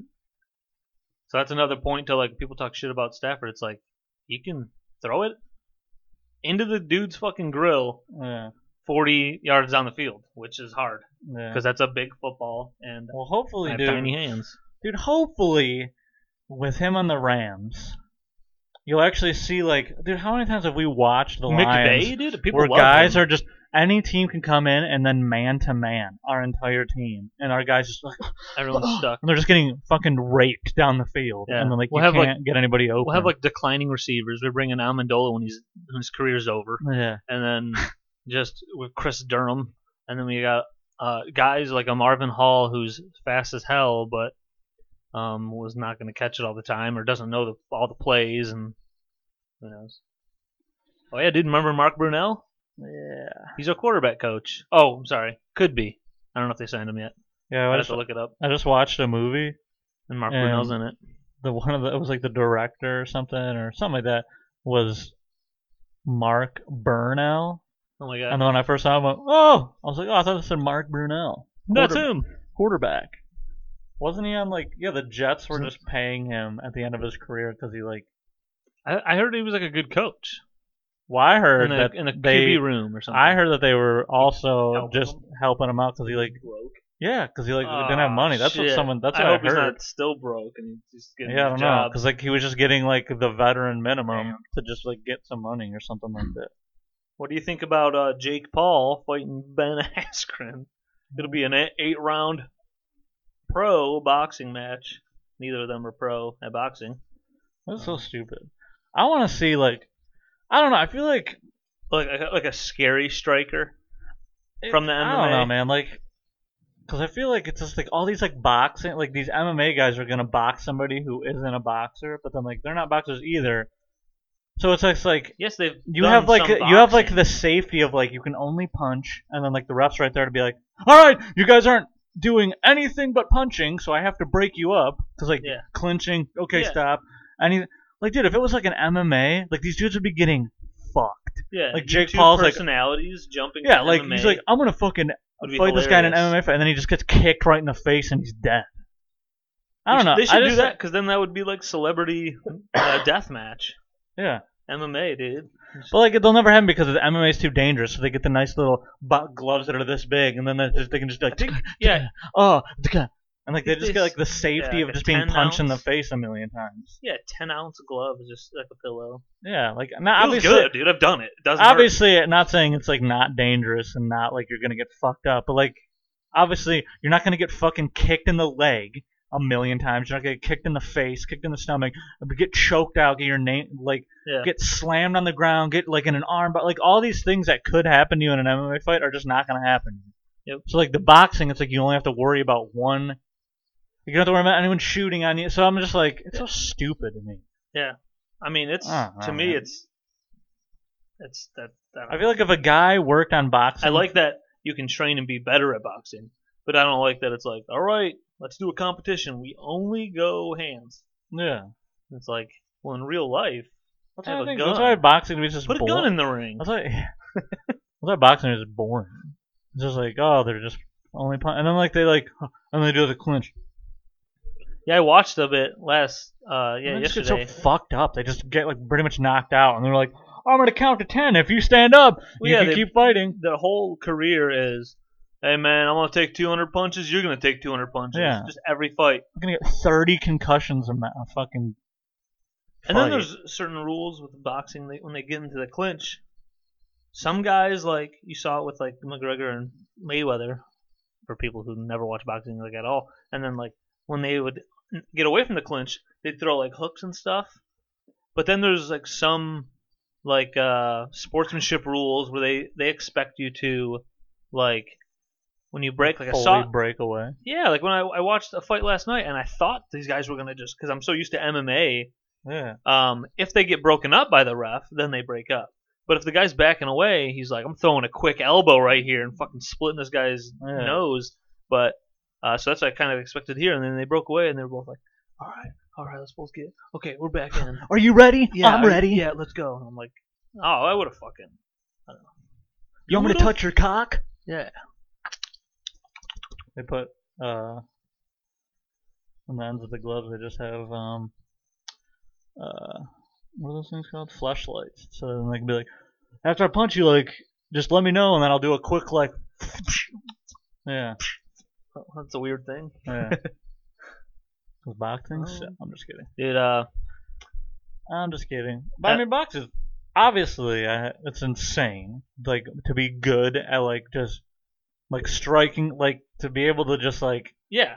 [SPEAKER 2] so that's another point to like people talk shit about Stafford. It's like he can throw it into the dude's fucking grill
[SPEAKER 1] yeah,
[SPEAKER 2] 40 yards down the field, which is hard
[SPEAKER 1] yeah.
[SPEAKER 2] because that's a big football and
[SPEAKER 1] well, hopefully,
[SPEAKER 2] I have
[SPEAKER 1] dude,
[SPEAKER 2] tiny hands.
[SPEAKER 1] dude, hopefully, with him on the Rams, you'll actually see like, dude, how many times have we watched the Lions?
[SPEAKER 2] McVay, dude, people
[SPEAKER 1] where
[SPEAKER 2] love
[SPEAKER 1] guys
[SPEAKER 2] him.
[SPEAKER 1] are just any team can come in and then man to man our entire team, and our guys just like
[SPEAKER 2] everyone's stuck.
[SPEAKER 1] and they're just getting fucking raped down the field,
[SPEAKER 2] Yeah.
[SPEAKER 1] and then like
[SPEAKER 2] We'll
[SPEAKER 1] you
[SPEAKER 2] have, like-
[SPEAKER 1] can't get anybody open.
[SPEAKER 2] We'll have like declining receivers. We bring in Amendola when he's when his career's over,
[SPEAKER 1] yeah,
[SPEAKER 2] and then just with Chris Durham, and then we got uh, guys like a Marvin Hall who's fast as hell, but um, was not going to catch it all the time or doesn't know the, all the plays and who knows. Oh yeah, dude, remember Mark Brunell?
[SPEAKER 1] yeah,
[SPEAKER 2] He's our quarterback coach. Oh, I'm sorry, could be. I don't know if they signed him yet.
[SPEAKER 1] yeah.
[SPEAKER 2] I
[SPEAKER 1] I
[SPEAKER 2] have
[SPEAKER 1] just,
[SPEAKER 2] to look it up.
[SPEAKER 1] I just watched a movie.
[SPEAKER 2] And Mark
[SPEAKER 1] And-
[SPEAKER 2] Brunell's in it.
[SPEAKER 1] The one of the it was like the director or something or something like that was Mark Burnell.
[SPEAKER 2] Oh my god,
[SPEAKER 1] And then when I first saw him, I went, oh, I was like, oh, I thought it said Mark Brunell.
[SPEAKER 2] that's
[SPEAKER 1] quarter-
[SPEAKER 2] him.
[SPEAKER 1] quarterback. Wasn't he on like yeah? The Jets were
[SPEAKER 2] Isn't-
[SPEAKER 1] just paying him at the end of his career because he like.
[SPEAKER 2] I, I heard he was like a good coach
[SPEAKER 1] Well, I
[SPEAKER 2] in
[SPEAKER 1] heard
[SPEAKER 2] the,
[SPEAKER 1] that
[SPEAKER 2] in the
[SPEAKER 1] they.
[SPEAKER 2] QB room or something.
[SPEAKER 1] I heard that they were also
[SPEAKER 2] Helping
[SPEAKER 1] just helping him out because he like
[SPEAKER 2] broke.
[SPEAKER 1] Yeah, because he like didn't have
[SPEAKER 2] Aw,
[SPEAKER 1] money. That's what
[SPEAKER 2] shit.
[SPEAKER 1] someone. That's
[SPEAKER 2] I
[SPEAKER 1] what I,
[SPEAKER 2] hope he's
[SPEAKER 1] heard.
[SPEAKER 2] not still broke and he's just getting
[SPEAKER 1] yeah, I
[SPEAKER 2] his
[SPEAKER 1] don't know.
[SPEAKER 2] job.
[SPEAKER 1] Because like he was just getting like the veteran minimum
[SPEAKER 2] Damn.
[SPEAKER 1] to just like get some money or something like that.
[SPEAKER 2] What do you think about uh, Jake Paul fighting Ben Askren? It'll be an e, eight round pro boxing match. Neither of them are pro at boxing.
[SPEAKER 1] That's so stupid. I want to see like, I don't know. I feel like
[SPEAKER 2] Like like a scary striker.
[SPEAKER 1] it-
[SPEAKER 2] From the
[SPEAKER 1] I don't know,
[SPEAKER 2] MMA.
[SPEAKER 1] man. Like, because I feel like it's just like all these like boxing, like these MMA guys are gonna box somebody who isn't a boxer, but then like they're not boxers either. So it's just like
[SPEAKER 2] Yes, they've.
[SPEAKER 1] you
[SPEAKER 2] done
[SPEAKER 1] have like
[SPEAKER 2] some
[SPEAKER 1] you have like
[SPEAKER 2] boxing.
[SPEAKER 1] the safety of like you can only punch, and then like the refs right there to be like, all right, you guys aren't doing anything but punching, so I have to break you up because like
[SPEAKER 2] Yeah.
[SPEAKER 1] clinching, okay,
[SPEAKER 2] Yeah.
[SPEAKER 1] stop. Any like, dude, if it was like an MMA, like these dudes would be getting fucked.
[SPEAKER 2] yeah,
[SPEAKER 1] like
[SPEAKER 2] you
[SPEAKER 1] Jake
[SPEAKER 2] two
[SPEAKER 1] Paul's, like-
[SPEAKER 2] personalities jumping.
[SPEAKER 1] Yeah,
[SPEAKER 2] to
[SPEAKER 1] like
[SPEAKER 2] MMA
[SPEAKER 1] he's like, I'm gonna fucking
[SPEAKER 2] would
[SPEAKER 1] fight
[SPEAKER 2] be
[SPEAKER 1] this guy in an
[SPEAKER 2] hilarious.
[SPEAKER 1] MMA fight, and then he just gets kicked right in the face and he's dead. I
[SPEAKER 2] They
[SPEAKER 1] don't
[SPEAKER 2] sh-
[SPEAKER 1] know.
[SPEAKER 2] They should
[SPEAKER 1] I
[SPEAKER 2] do
[SPEAKER 1] just-
[SPEAKER 2] that because then that would be like celebrity uh, death match
[SPEAKER 1] Yeah.
[SPEAKER 2] MMA, dude.
[SPEAKER 1] But like they'll never have them because the MMA is too dangerous. So they get the nice little bo- gloves that are this big, and then they just, they can just be
[SPEAKER 2] I
[SPEAKER 1] like,
[SPEAKER 2] think- yeah.
[SPEAKER 1] oh, and like they
[SPEAKER 2] Think
[SPEAKER 1] just get
[SPEAKER 2] this-
[SPEAKER 1] like the safety
[SPEAKER 2] yeah,
[SPEAKER 1] of
[SPEAKER 2] like a
[SPEAKER 1] just being
[SPEAKER 2] 10
[SPEAKER 1] punched in the
[SPEAKER 2] ounce.
[SPEAKER 1] face a million times.
[SPEAKER 2] Yeah, ten ounce glove is just like a pillow.
[SPEAKER 1] Yeah, like not
[SPEAKER 2] Feels
[SPEAKER 1] obviously,
[SPEAKER 2] good, dude. I've done it. it doesn't hurt.
[SPEAKER 1] obviously, not saying it's like not dangerous and not like you're gonna get fucked up, but like obviously you're not gonna get fucking kicked in the leg a million times. You're not gonna get kicked in the face, kicked in the stomach, get choked out, get your name like
[SPEAKER 2] Yeah.
[SPEAKER 1] get slammed on the ground, get like in an arm, but like all these things that could happen to you in an MMA fight are just not gonna happen.
[SPEAKER 2] Yep.
[SPEAKER 1] So like the boxing, it's like you only have to worry about one. You don't have to worry about anyone shooting on you. So I'm just like, it's so stupid to me.
[SPEAKER 2] I mean, it's
[SPEAKER 1] I don't
[SPEAKER 2] to
[SPEAKER 1] know,
[SPEAKER 2] me,
[SPEAKER 1] Oh, man.
[SPEAKER 2] it's it's that. that
[SPEAKER 1] I feel like if a guy worked on boxing,
[SPEAKER 2] I like that you can train and be better at boxing, but I don't like that it's like, all right, let's do a competition. We only go hands.
[SPEAKER 1] yeah.
[SPEAKER 2] It's like, well, in real life,
[SPEAKER 1] That's
[SPEAKER 2] Have
[SPEAKER 1] why I
[SPEAKER 2] a
[SPEAKER 1] think-
[SPEAKER 2] gun.
[SPEAKER 1] that's why boxing is just
[SPEAKER 2] put a
[SPEAKER 1] boring.
[SPEAKER 2] gun in the ring.
[SPEAKER 1] That's why. that's why boxing is boring. It's just like, oh, they're just only punch, and then like they like, and they do the clinch.
[SPEAKER 2] Yeah, I watched a bit last. Uh, yeah,
[SPEAKER 1] they just get
[SPEAKER 2] yesterday.
[SPEAKER 1] so fucked up. They just get like pretty much knocked out, and they're like, "I'm gonna count to ten. If you stand up,
[SPEAKER 2] Well,
[SPEAKER 1] you
[SPEAKER 2] yeah,
[SPEAKER 1] can
[SPEAKER 2] they-
[SPEAKER 1] keep fighting."
[SPEAKER 2] Their whole career is, hey man, I'm gonna take 200 punches. You're gonna take 200 punches.
[SPEAKER 1] Yeah.
[SPEAKER 2] Just every fight.
[SPEAKER 1] I'm gonna get thirty concussions a, ma- a fucking.
[SPEAKER 2] And then
[SPEAKER 1] fight.
[SPEAKER 2] there's certain rules with boxing they, when they get into the clinch. Some guys, like you saw it with like McGregor and Mayweather, for people who never watch boxing like at all. And then like when they would get away from the clinch, they'd throw like hooks and stuff. But then there's like some like uh, sportsmanship rules where they they expect you to like when you break like a
[SPEAKER 1] fully
[SPEAKER 2] saw
[SPEAKER 1] breakaway.
[SPEAKER 2] yeah like when I, I watched a fight last night and I thought these guys were gonna just because I'm so used to MMA
[SPEAKER 1] Yeah,
[SPEAKER 2] um, if they get broken up by the ref, then they break up. But if the guy's backing away, he's like, I'm throwing a quick elbow right here and fucking splitting this guy's
[SPEAKER 1] Yeah.
[SPEAKER 2] nose. But uh, so that's what I kind of expected here. And then they broke away and they were both like, all right, all right, let's both get okay. We're back in.
[SPEAKER 1] are you ready?
[SPEAKER 2] Yeah,
[SPEAKER 1] I'm
[SPEAKER 2] are-
[SPEAKER 1] ready.
[SPEAKER 2] Yeah, let's go. And I'm like, oh, I would have fucking
[SPEAKER 1] You want me to
[SPEAKER 2] Would've-
[SPEAKER 1] touch your cock?
[SPEAKER 2] yeah.
[SPEAKER 1] They put uh, on the ends of the gloves. They just have um, uh, what are those things called? Flashlights. So then they can be like, after I punch you, like, just let me know, and then I'll do a quick like. Yeah.
[SPEAKER 2] Oh, That's a weird thing.
[SPEAKER 1] Yeah. With boxing? So-
[SPEAKER 2] Um,
[SPEAKER 1] I'm just kidding.
[SPEAKER 2] Dude, uh,
[SPEAKER 1] I'm just kidding. But I
[SPEAKER 2] Uh,
[SPEAKER 1] mean, boxing. Obviously, I, it's insane. Like to be good at like just like striking, like to be able to just like
[SPEAKER 2] yeah.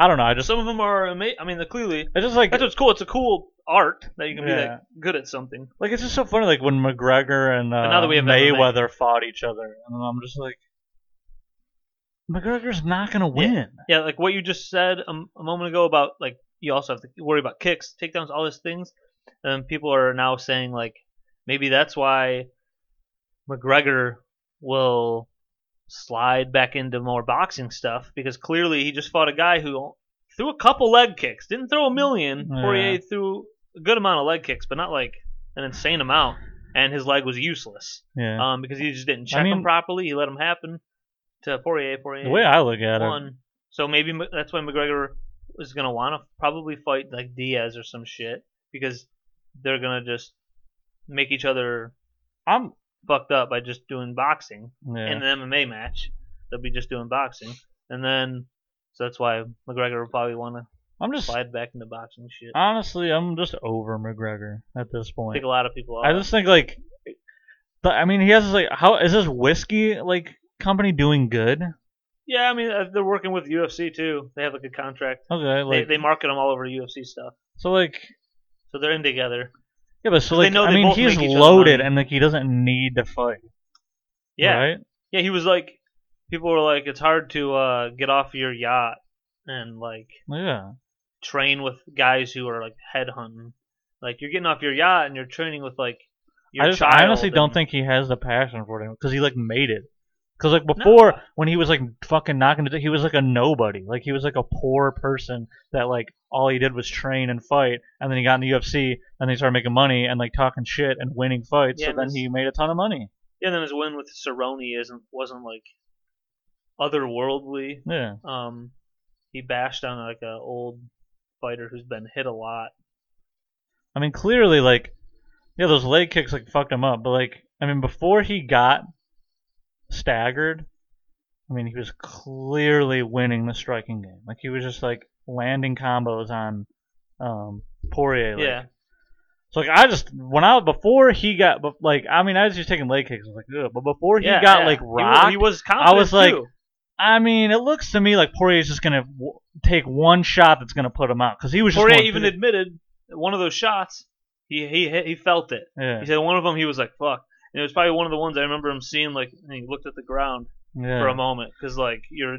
[SPEAKER 1] I don't know. I just
[SPEAKER 2] Some of them are amazing. I mean, they're clearly
[SPEAKER 1] it's just like
[SPEAKER 2] that's what's cool. It's a cool art that you can be
[SPEAKER 1] Yeah.
[SPEAKER 2] like good at something.
[SPEAKER 1] like it's just so funny. Like when McGregor and
[SPEAKER 2] now
[SPEAKER 1] uh,
[SPEAKER 2] that we have MMA.
[SPEAKER 1] Mayweather fought each other, and I'm just like, McGregor's not gonna win.
[SPEAKER 2] Yeah, like what you just said a, m- a moment ago about like you also have to worry about kicks, takedowns, all these things, and people are now saying like maybe that's why McGregor will slide back into more boxing stuff because clearly he just fought a guy who threw a couple leg kicks, didn't throw a million.
[SPEAKER 1] Yeah.
[SPEAKER 2] Poirier threw a good amount of leg kicks, but not like an insane amount, and his leg was useless
[SPEAKER 1] Yeah.
[SPEAKER 2] um, because he just didn't
[SPEAKER 1] I
[SPEAKER 2] check
[SPEAKER 1] mean-
[SPEAKER 2] them properly. He let them happen to Poirier. Poirier
[SPEAKER 1] the way I look at it,
[SPEAKER 2] one. So maybe M- that's why McGregor is gonna want to probably fight like Diaz or some shit because they're gonna just make each other
[SPEAKER 1] I'm
[SPEAKER 2] fucked up by just doing boxing
[SPEAKER 1] yeah.
[SPEAKER 2] in an MMA match. they'll be just doing boxing, and then so that's why McGregor will probably want to
[SPEAKER 1] I'm just
[SPEAKER 2] slide back into boxing shit.
[SPEAKER 1] honestly, I'm just over McGregor at this point.
[SPEAKER 2] Take a lot of people off.
[SPEAKER 1] I just think like, but I mean, he has this, like, how is this whiskey like company doing good?
[SPEAKER 2] yeah, I mean uh, they're working with UFC too. They have like a contract.
[SPEAKER 1] Okay, like
[SPEAKER 2] they, they market them all over UFC stuff,
[SPEAKER 1] so like
[SPEAKER 2] so they're in together.
[SPEAKER 1] yeah, but so
[SPEAKER 2] they
[SPEAKER 1] like
[SPEAKER 2] know
[SPEAKER 1] I
[SPEAKER 2] they
[SPEAKER 1] mean,
[SPEAKER 2] both
[SPEAKER 1] he's
[SPEAKER 2] make each other
[SPEAKER 1] loaded
[SPEAKER 2] money.
[SPEAKER 1] and like he doesn't need to fight.
[SPEAKER 2] Yeah,
[SPEAKER 1] right?
[SPEAKER 2] yeah. He was like, people were like, it's hard to uh, get off your yacht and like
[SPEAKER 1] Yeah,
[SPEAKER 2] train with guys who are like headhunting. Like you're getting off your yacht and you're training with like your
[SPEAKER 1] I just
[SPEAKER 2] child.
[SPEAKER 1] I honestly don't
[SPEAKER 2] and-
[SPEAKER 1] think he has the passion for it because he like made it. Because like
[SPEAKER 2] No.
[SPEAKER 1] before, when he was like fucking knocking it, he was like a nobody. Like he was like a poor person that like all he did was train and fight, and then he got in the UFC, and they started making money and like talking shit and winning fights.
[SPEAKER 2] Yeah,
[SPEAKER 1] so
[SPEAKER 2] and
[SPEAKER 1] then
[SPEAKER 2] this-
[SPEAKER 1] he made a ton of money.
[SPEAKER 2] Yeah, and then his win with Cerrone isn't wasn't like otherworldly.
[SPEAKER 1] Yeah,
[SPEAKER 2] Um, he bashed on like a old fighter who's been hit a lot.
[SPEAKER 1] I mean clearly like yeah those leg kicks like fucked him up, but like I mean before he got staggered, I mean he was clearly winning the striking game. Like he was just like landing combos on um Poirier. Like,
[SPEAKER 2] yeah,
[SPEAKER 1] So like I just when I before he got but, like I mean I was just taking leg kicks I was like Ugh. but before he
[SPEAKER 2] yeah,
[SPEAKER 1] got
[SPEAKER 2] yeah.
[SPEAKER 1] like
[SPEAKER 2] He wa-
[SPEAKER 1] rocked
[SPEAKER 2] He, was confident.
[SPEAKER 1] was like,
[SPEAKER 2] too.
[SPEAKER 1] I mean it looks to me like Poirier's just gonna w- take one shot that's gonna put him out because he was just
[SPEAKER 2] Poirier
[SPEAKER 1] going
[SPEAKER 2] even
[SPEAKER 1] through-
[SPEAKER 2] admitted that one of those shots. He he hit- he felt it.
[SPEAKER 1] yeah
[SPEAKER 2] He said one of them he was like fuck, and it was probably one of the ones I remember him seeing like and he looked at the ground.
[SPEAKER 1] yeah.
[SPEAKER 2] for a moment because like you're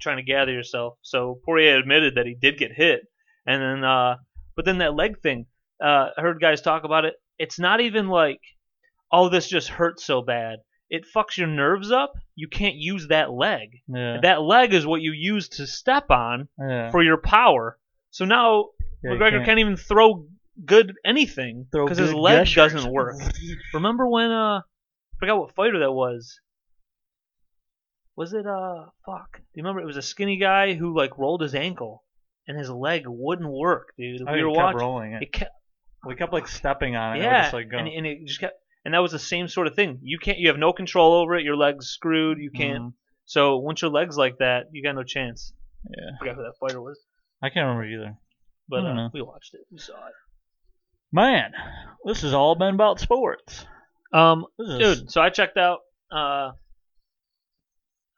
[SPEAKER 2] trying to gather yourself. So Poirier admitted that he did get hit, and then uh, but then that leg thing, uh, I heard guys talk about it. It's not even like, oh, this just hurts so bad. It fucks your nerves up. You can't use that leg.
[SPEAKER 1] yeah
[SPEAKER 2] That leg is what you use to step on
[SPEAKER 1] yeah
[SPEAKER 2] for your power. So now
[SPEAKER 1] Yeah, you
[SPEAKER 2] McGregor can't. even throw good anything
[SPEAKER 1] throw
[SPEAKER 2] because his
[SPEAKER 1] good
[SPEAKER 2] leg
[SPEAKER 1] gestures.
[SPEAKER 2] doesn't work. Remember when uh I forgot what fighter that was. Was it uh fuck. Do you remember it was a skinny guy who like rolled his ankle and his leg wouldn't work, dude.
[SPEAKER 1] I
[SPEAKER 2] we were
[SPEAKER 1] kept
[SPEAKER 2] watching
[SPEAKER 1] rolling it.
[SPEAKER 2] it kept
[SPEAKER 1] we kept like stepping on it and it would
[SPEAKER 2] yeah,
[SPEAKER 1] just, like, uh, go.
[SPEAKER 2] and, and it just kept and that was the same sort of thing. You can't you have no control over it, your leg's screwed, you can't
[SPEAKER 1] Mhm.
[SPEAKER 2] so once your leg's like that, you got no chance.
[SPEAKER 1] Yeah.
[SPEAKER 2] I forgot who that fighter was.
[SPEAKER 1] I can't remember either
[SPEAKER 2] But
[SPEAKER 1] don't
[SPEAKER 2] uh,
[SPEAKER 1] know.
[SPEAKER 2] we watched it. We saw it.
[SPEAKER 1] man this has all been about sports
[SPEAKER 2] Um
[SPEAKER 1] this is
[SPEAKER 2] dude. So I checked out. Uh,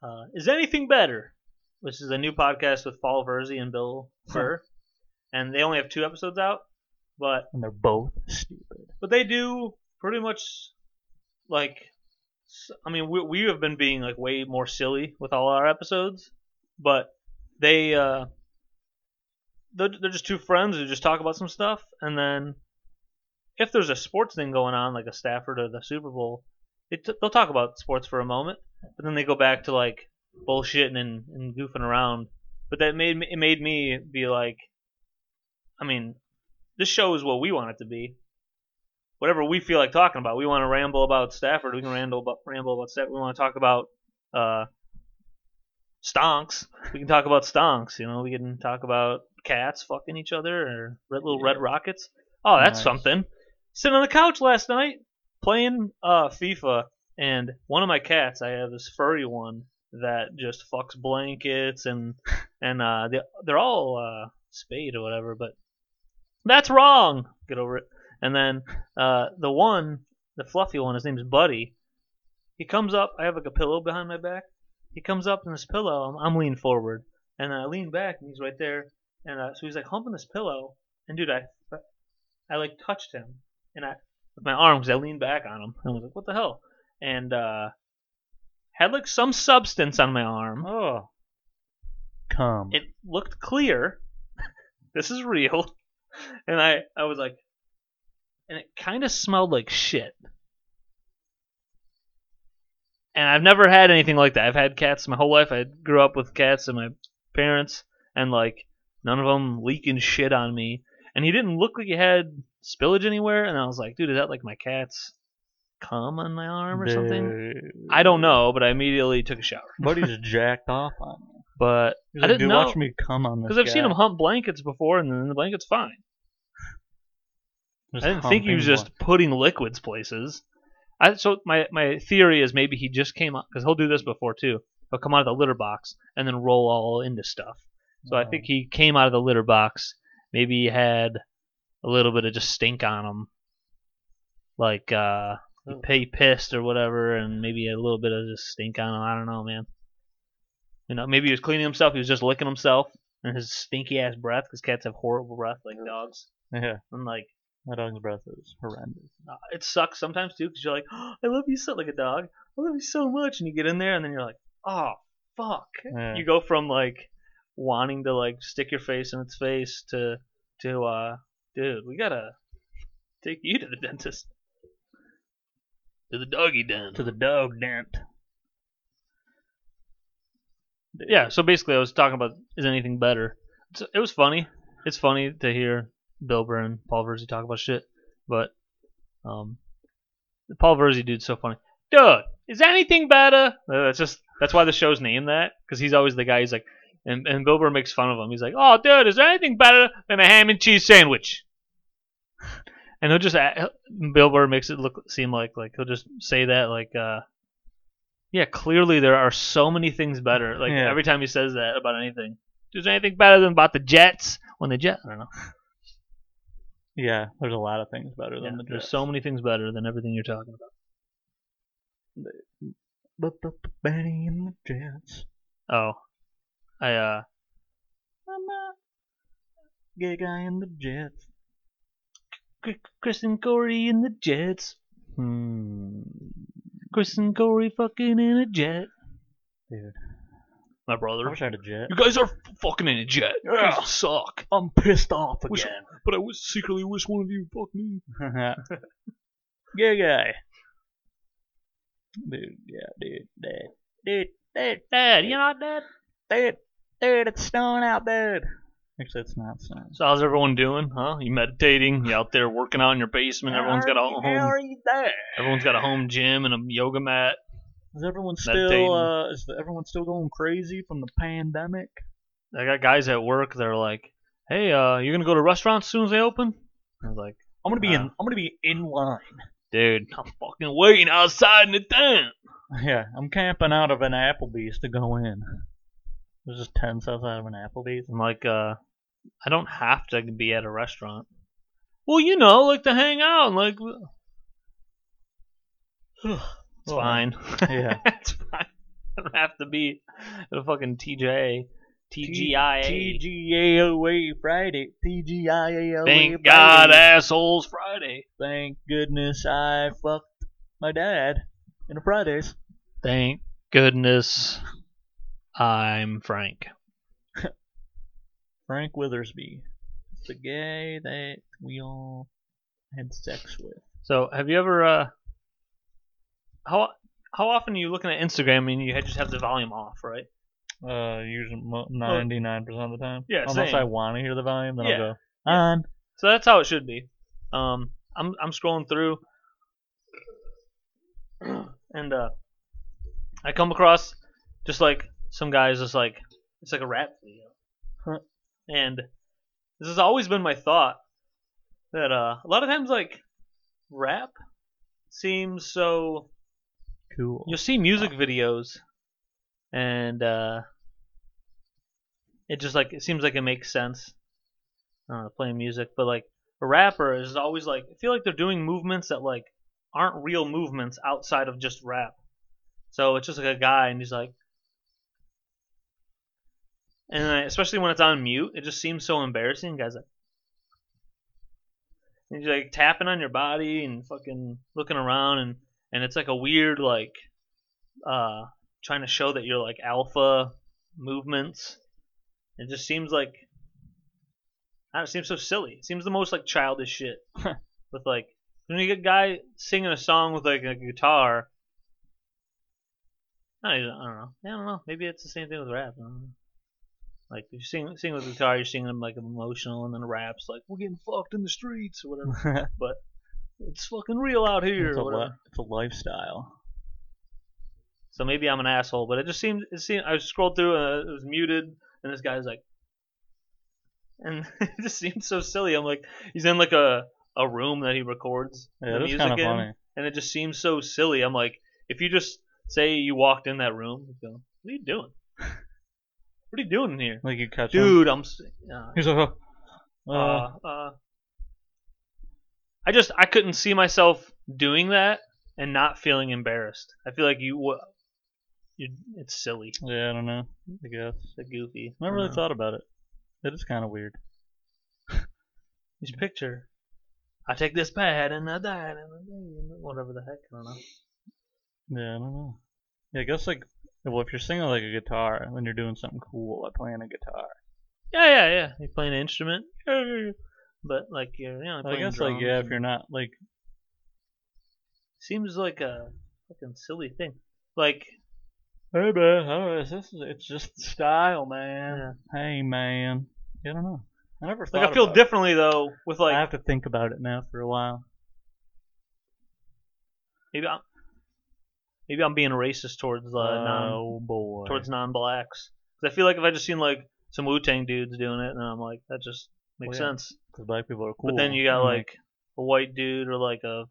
[SPEAKER 2] uh, is anything better? Which is a new podcast with Paul Verzi and Bill Burr, and they only have two episodes out, but
[SPEAKER 1] and they're both stupid
[SPEAKER 2] but they do pretty much like. s- I mean, we we have been being like way more silly with all our episodes, but they uh, they're, they're just two friends who just talk about some stuff, and then if there's a sports thing going on, like a Stafford or the Super Bowl, they t- they'll talk about sports for a moment, but then they go back to like bullshitting and, and goofing around. But that made me, it made me be like, I mean, this show is what we want it to be. Whatever we feel like talking about, we want to ramble about Stafford. We can ramble about ramble about Stafford. We want to talk about uh, stonks. We can talk about stonks. You know, we can talk about cats fucking each other or red, little red rockets. Oh, that's
[SPEAKER 1] Nice.
[SPEAKER 2] something. Sitting on the couch last night playing uh, FIFA, and one of my cats, I have this furry one that just fucks blankets and and uh, they, they're all uh, spayed or whatever, but that's wrong. Get over it. And then uh, the one, the fluffy one, his name's Buddy. He comes up. I have like a pillow behind my back. He comes up in this pillow. I'm, I'm leaning forward, and I lean back, and he's right there. And uh, so he's like humping this pillow, and dude, I, I like touched him, and I with my arms, I leaned back on him, and I was like, "What the hell?" And uh, had like some substance on my arm.
[SPEAKER 1] oh come
[SPEAKER 2] It looked clear. this is real. And I, I was like, and it kind of smelled like shit. And I've never had anything like that. I've had cats my whole life. I grew up with cats and my parents, and like none of them leaking shit on me. And he didn't look like he had spillage anywhere. And I was like, dude, is that like my cat's cum on my arm or something?
[SPEAKER 1] Dude.
[SPEAKER 2] I don't know, but I immediately took a shower.
[SPEAKER 1] Buddy's jacked off on me.
[SPEAKER 2] But
[SPEAKER 1] He's
[SPEAKER 2] I
[SPEAKER 1] like,
[SPEAKER 2] didn't
[SPEAKER 1] "Dude,
[SPEAKER 2] know.
[SPEAKER 1] Watch me come on this.
[SPEAKER 2] Because I've seen
[SPEAKER 1] guy."
[SPEAKER 2] him hump blankets before, and then the blanket's fine.
[SPEAKER 1] Just
[SPEAKER 2] I didn't think he
[SPEAKER 1] humping
[SPEAKER 2] was just
[SPEAKER 1] one.
[SPEAKER 2] putting liquids places. I, so my my theory is maybe he just came up because he'll do this before too. he'll come out of the litter box and then roll all into stuff. So I
[SPEAKER 1] Oh.
[SPEAKER 2] think he came out of the litter box. Maybe he had a little bit of just stink on him, like uh, he
[SPEAKER 1] Oh.
[SPEAKER 2] pi- he pissed or whatever, and maybe a little bit of just stink on him. I don't know, man. You know, maybe he was cleaning himself. He was just licking himself and his stinky ass breath, because cats have horrible breath like dogs.
[SPEAKER 1] Yeah,
[SPEAKER 2] And like,
[SPEAKER 1] my dog's breath is horrendous.
[SPEAKER 2] uh, it sucks sometimes too, because you're like, I love you so like a dog. I love you so much, and you get in there, and then you're like, oh fuck.
[SPEAKER 1] Yeah.
[SPEAKER 2] You go from like wanting to like stick your face in its face to to uh, dude, we gotta take you to the dentist, to the doggy den.
[SPEAKER 1] the dog dent.
[SPEAKER 2] yeah. So basically, I was talking about is anything better. It's, it was funny. It's funny to hear Bill Burr and Paul Verzi talk about shit, but um, the Paul Verzi dude's so funny. Dude, is anything better? Uh, That's just that's why the show's named that because he's always the guy. He's like, and and Bill Burr makes fun of him. He's like, oh, dude, is there anything better than a ham and cheese sandwich? And he'll just a- he'll- Bill Burr makes it look seem like like he'll just say that like uh yeah clearly there are so many things better like
[SPEAKER 1] Yeah.
[SPEAKER 2] every time he says that about anything is there anything better than about the Jets when the Jets I don't know
[SPEAKER 1] Yeah, there's a lot of things better
[SPEAKER 2] Yeah,
[SPEAKER 1] than the
[SPEAKER 2] there's so many things better than everything you're talking about
[SPEAKER 1] Benny and the Jets.
[SPEAKER 2] oh I uh
[SPEAKER 1] I'm a gay guy in the Jets.
[SPEAKER 2] Chr- Chris and Corey in the Jets
[SPEAKER 1] Hmm.
[SPEAKER 2] Chris and Corey fucking in a jet
[SPEAKER 1] Dude,
[SPEAKER 2] my
[SPEAKER 1] I
[SPEAKER 2] brother
[SPEAKER 1] wish I had a jet.
[SPEAKER 2] you guys are f- fucking in a jet you guys
[SPEAKER 1] Yeah.
[SPEAKER 2] suck
[SPEAKER 1] I'm pissed off
[SPEAKER 2] Wish- but I wish, secretly wish one of you fucked me
[SPEAKER 1] again. gay guy. Dude, yeah, dude, that, dude, that,
[SPEAKER 2] Dad, you not dead?
[SPEAKER 1] dude, dude, it's snowing out, dude. Actually, it's not snowing.
[SPEAKER 2] So how's everyone doing? Huh? You meditating? You out there working out in your basement? Everyone's got a
[SPEAKER 1] How are you- how
[SPEAKER 2] home.
[SPEAKER 1] are you there?
[SPEAKER 2] Everyone's got a home gym and a yoga mat.
[SPEAKER 1] Is everyone
[SPEAKER 2] dating.
[SPEAKER 1] still uh, is the, everyone still going crazy from the pandemic?
[SPEAKER 2] I got guys at work that are like, "Hey, uh, you gonna go to restaurants as soon as they open?" I was like,
[SPEAKER 1] I'm gonna be in.
[SPEAKER 2] Uh.
[SPEAKER 1] I'm gonna be in line.
[SPEAKER 2] "Dude, I'm fucking waiting outside in the tent."
[SPEAKER 1] Yeah, I'm camping out of an Applebee's to go in. There's just ten cents out of an Applebee's.
[SPEAKER 2] I'm like, uh, "I don't have to be at a restaurant." Well, you know, like to hang out and like, it's
[SPEAKER 1] Well,
[SPEAKER 2] fine.
[SPEAKER 1] yeah.
[SPEAKER 2] it's fine. I don't have to be at a fucking TJ, TGIA.
[SPEAKER 1] TGIA Friday. TGIA.
[SPEAKER 2] Thank
[SPEAKER 1] Friday.
[SPEAKER 2] God, assholes Friday.
[SPEAKER 1] Thank goodness I fucked my dad in a Fridays.
[SPEAKER 2] Thank goodness, I'm Frank.
[SPEAKER 1] Frank Withersby. It's the gay that we all had sex with.
[SPEAKER 2] So, have you ever? uh How how often are you looking at Instagram and you just have the volume off, right?
[SPEAKER 1] Uh, usually ninety nine percent of the time.
[SPEAKER 2] Yeah,
[SPEAKER 1] Unless
[SPEAKER 2] same.
[SPEAKER 1] I want to hear the volume, then
[SPEAKER 2] Yeah.
[SPEAKER 1] I'll go
[SPEAKER 2] Yeah.
[SPEAKER 1] on.
[SPEAKER 2] So that's how it should be. Um, I'm I'm scrolling through, and uh, I come across just like some guys just like it's like a rap video,
[SPEAKER 1] Huh.
[SPEAKER 2] and this has always been my thought that uh, a lot of times like rap seems so
[SPEAKER 1] Cool.
[SPEAKER 2] you'll see music videos and uh it just like it seems like it makes sense uh playing music but like a rapper is always like i feel like they're doing movements that like aren't real movements outside of just rap so it's just like a guy and he's like and I, especially when it's on mute it just seems so embarrassing guys like and he's like tapping on your body and fucking looking around and and it's like a weird like uh trying to show that you're like alpha movements it just seems like I don't know, it seems so silly it seems the most like childish shit with like when you get a guy singing a song with like a guitar I don't, even- I don't know. Yeah, I don't know. Maybe it's the same thing with rap. I don't know. Like if you sing, sing with a guitar, you're singing like emotional, and then rap's like we're getting fucked in the streets or whatever. but it's fucking real out here.
[SPEAKER 1] it's, a
[SPEAKER 2] or whatever.
[SPEAKER 1] li- it's a lifestyle.
[SPEAKER 2] So maybe I'm an asshole, but it just seemed it seemed I scrolled through and it was muted, and this guy's like, and it just seemed so silly. I'm like, he's in like a a room that he records
[SPEAKER 1] Yeah,
[SPEAKER 2] the
[SPEAKER 1] that's
[SPEAKER 2] music
[SPEAKER 1] kind of
[SPEAKER 2] in,
[SPEAKER 1] funny.
[SPEAKER 2] and it just seems so silly. I'm like, if you just say you walked in that room, you go, What are you doing? What are you doing in here,
[SPEAKER 1] Like you catch him.
[SPEAKER 2] dude? I'm. s- Uh,
[SPEAKER 1] He's like, oh, uh,
[SPEAKER 2] uh, uh, I just I couldn't see myself doing that and not feeling embarrassed. I feel like you. wa- You. It's silly.
[SPEAKER 1] yeah, I don't know. I guess.
[SPEAKER 2] It's goofy.
[SPEAKER 1] Never really
[SPEAKER 2] Uh,
[SPEAKER 1] thought about it. It is kind of weird.
[SPEAKER 2] This picture. I take this pad and I die and I die and whatever the heck. I don't know.
[SPEAKER 1] Yeah, I don't know. Yeah, I guess like, well, if you're singing like a guitar, then you're doing something cool like playing a guitar.
[SPEAKER 2] Yeah, yeah, yeah. You playing an instrument, but like you're, you know,
[SPEAKER 1] I
[SPEAKER 2] playing
[SPEAKER 1] guess
[SPEAKER 2] drums.
[SPEAKER 1] like yeah, if
[SPEAKER 2] and-
[SPEAKER 1] you're not like
[SPEAKER 2] seems like a fucking silly thing. Like,
[SPEAKER 1] Hey man, oh, it's just, it's just style,
[SPEAKER 2] Yeah.
[SPEAKER 1] man. Hey man, I don't know. I never thought.
[SPEAKER 2] like I feel
[SPEAKER 1] about it.
[SPEAKER 2] differently though with like
[SPEAKER 1] I have to think about it now for a while.
[SPEAKER 2] maybe I'm maybe I'm being racist towards uh, non
[SPEAKER 1] oh boy.
[SPEAKER 2] towards non-blacks. 'Cause I feel like if I just seen like some Wu Tang dudes doing it, and I'm like, that just makes
[SPEAKER 1] Well, yeah.
[SPEAKER 2] sense.
[SPEAKER 1] 'Cause black people are cool.
[SPEAKER 2] But then you got
[SPEAKER 1] I'm
[SPEAKER 2] like a white dude or like a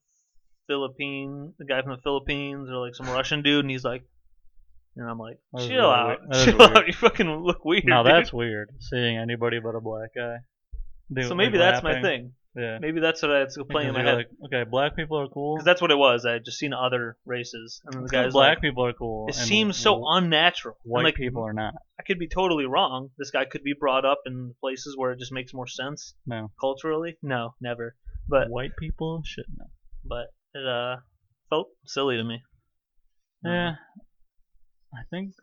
[SPEAKER 2] Philippine, the guy from the Philippines or like some Russian dude, and he's like, and I'm like,
[SPEAKER 1] That is
[SPEAKER 2] chill
[SPEAKER 1] really
[SPEAKER 2] out,
[SPEAKER 1] weird. That is
[SPEAKER 2] chill
[SPEAKER 1] weird.
[SPEAKER 2] out, you fucking look weird.
[SPEAKER 1] now
[SPEAKER 2] dude."
[SPEAKER 1] that's weird. Seeing anybody but a black guy. They-
[SPEAKER 2] so
[SPEAKER 1] like,
[SPEAKER 2] maybe that's my
[SPEAKER 1] rapping.
[SPEAKER 2] thing.
[SPEAKER 1] Yeah.
[SPEAKER 2] Maybe that's what I it's playing in my
[SPEAKER 1] Because
[SPEAKER 2] head.
[SPEAKER 1] you're Like, okay, black people are cool.
[SPEAKER 2] Because that's what it was. I had just seen other races, and then the
[SPEAKER 1] Because
[SPEAKER 2] guy's
[SPEAKER 1] black
[SPEAKER 2] like,
[SPEAKER 1] people are cool.
[SPEAKER 2] "It
[SPEAKER 1] and
[SPEAKER 2] seems so
[SPEAKER 1] wh-
[SPEAKER 2] unnatural." I'm
[SPEAKER 1] White
[SPEAKER 2] like,
[SPEAKER 1] people are not.
[SPEAKER 2] I could be totally wrong. This guy could be brought up in places where it just makes more sense
[SPEAKER 1] No.
[SPEAKER 2] culturally. No, never. But
[SPEAKER 1] white people should know.
[SPEAKER 2] but it uh felt silly to me.
[SPEAKER 1] Yeah, I think,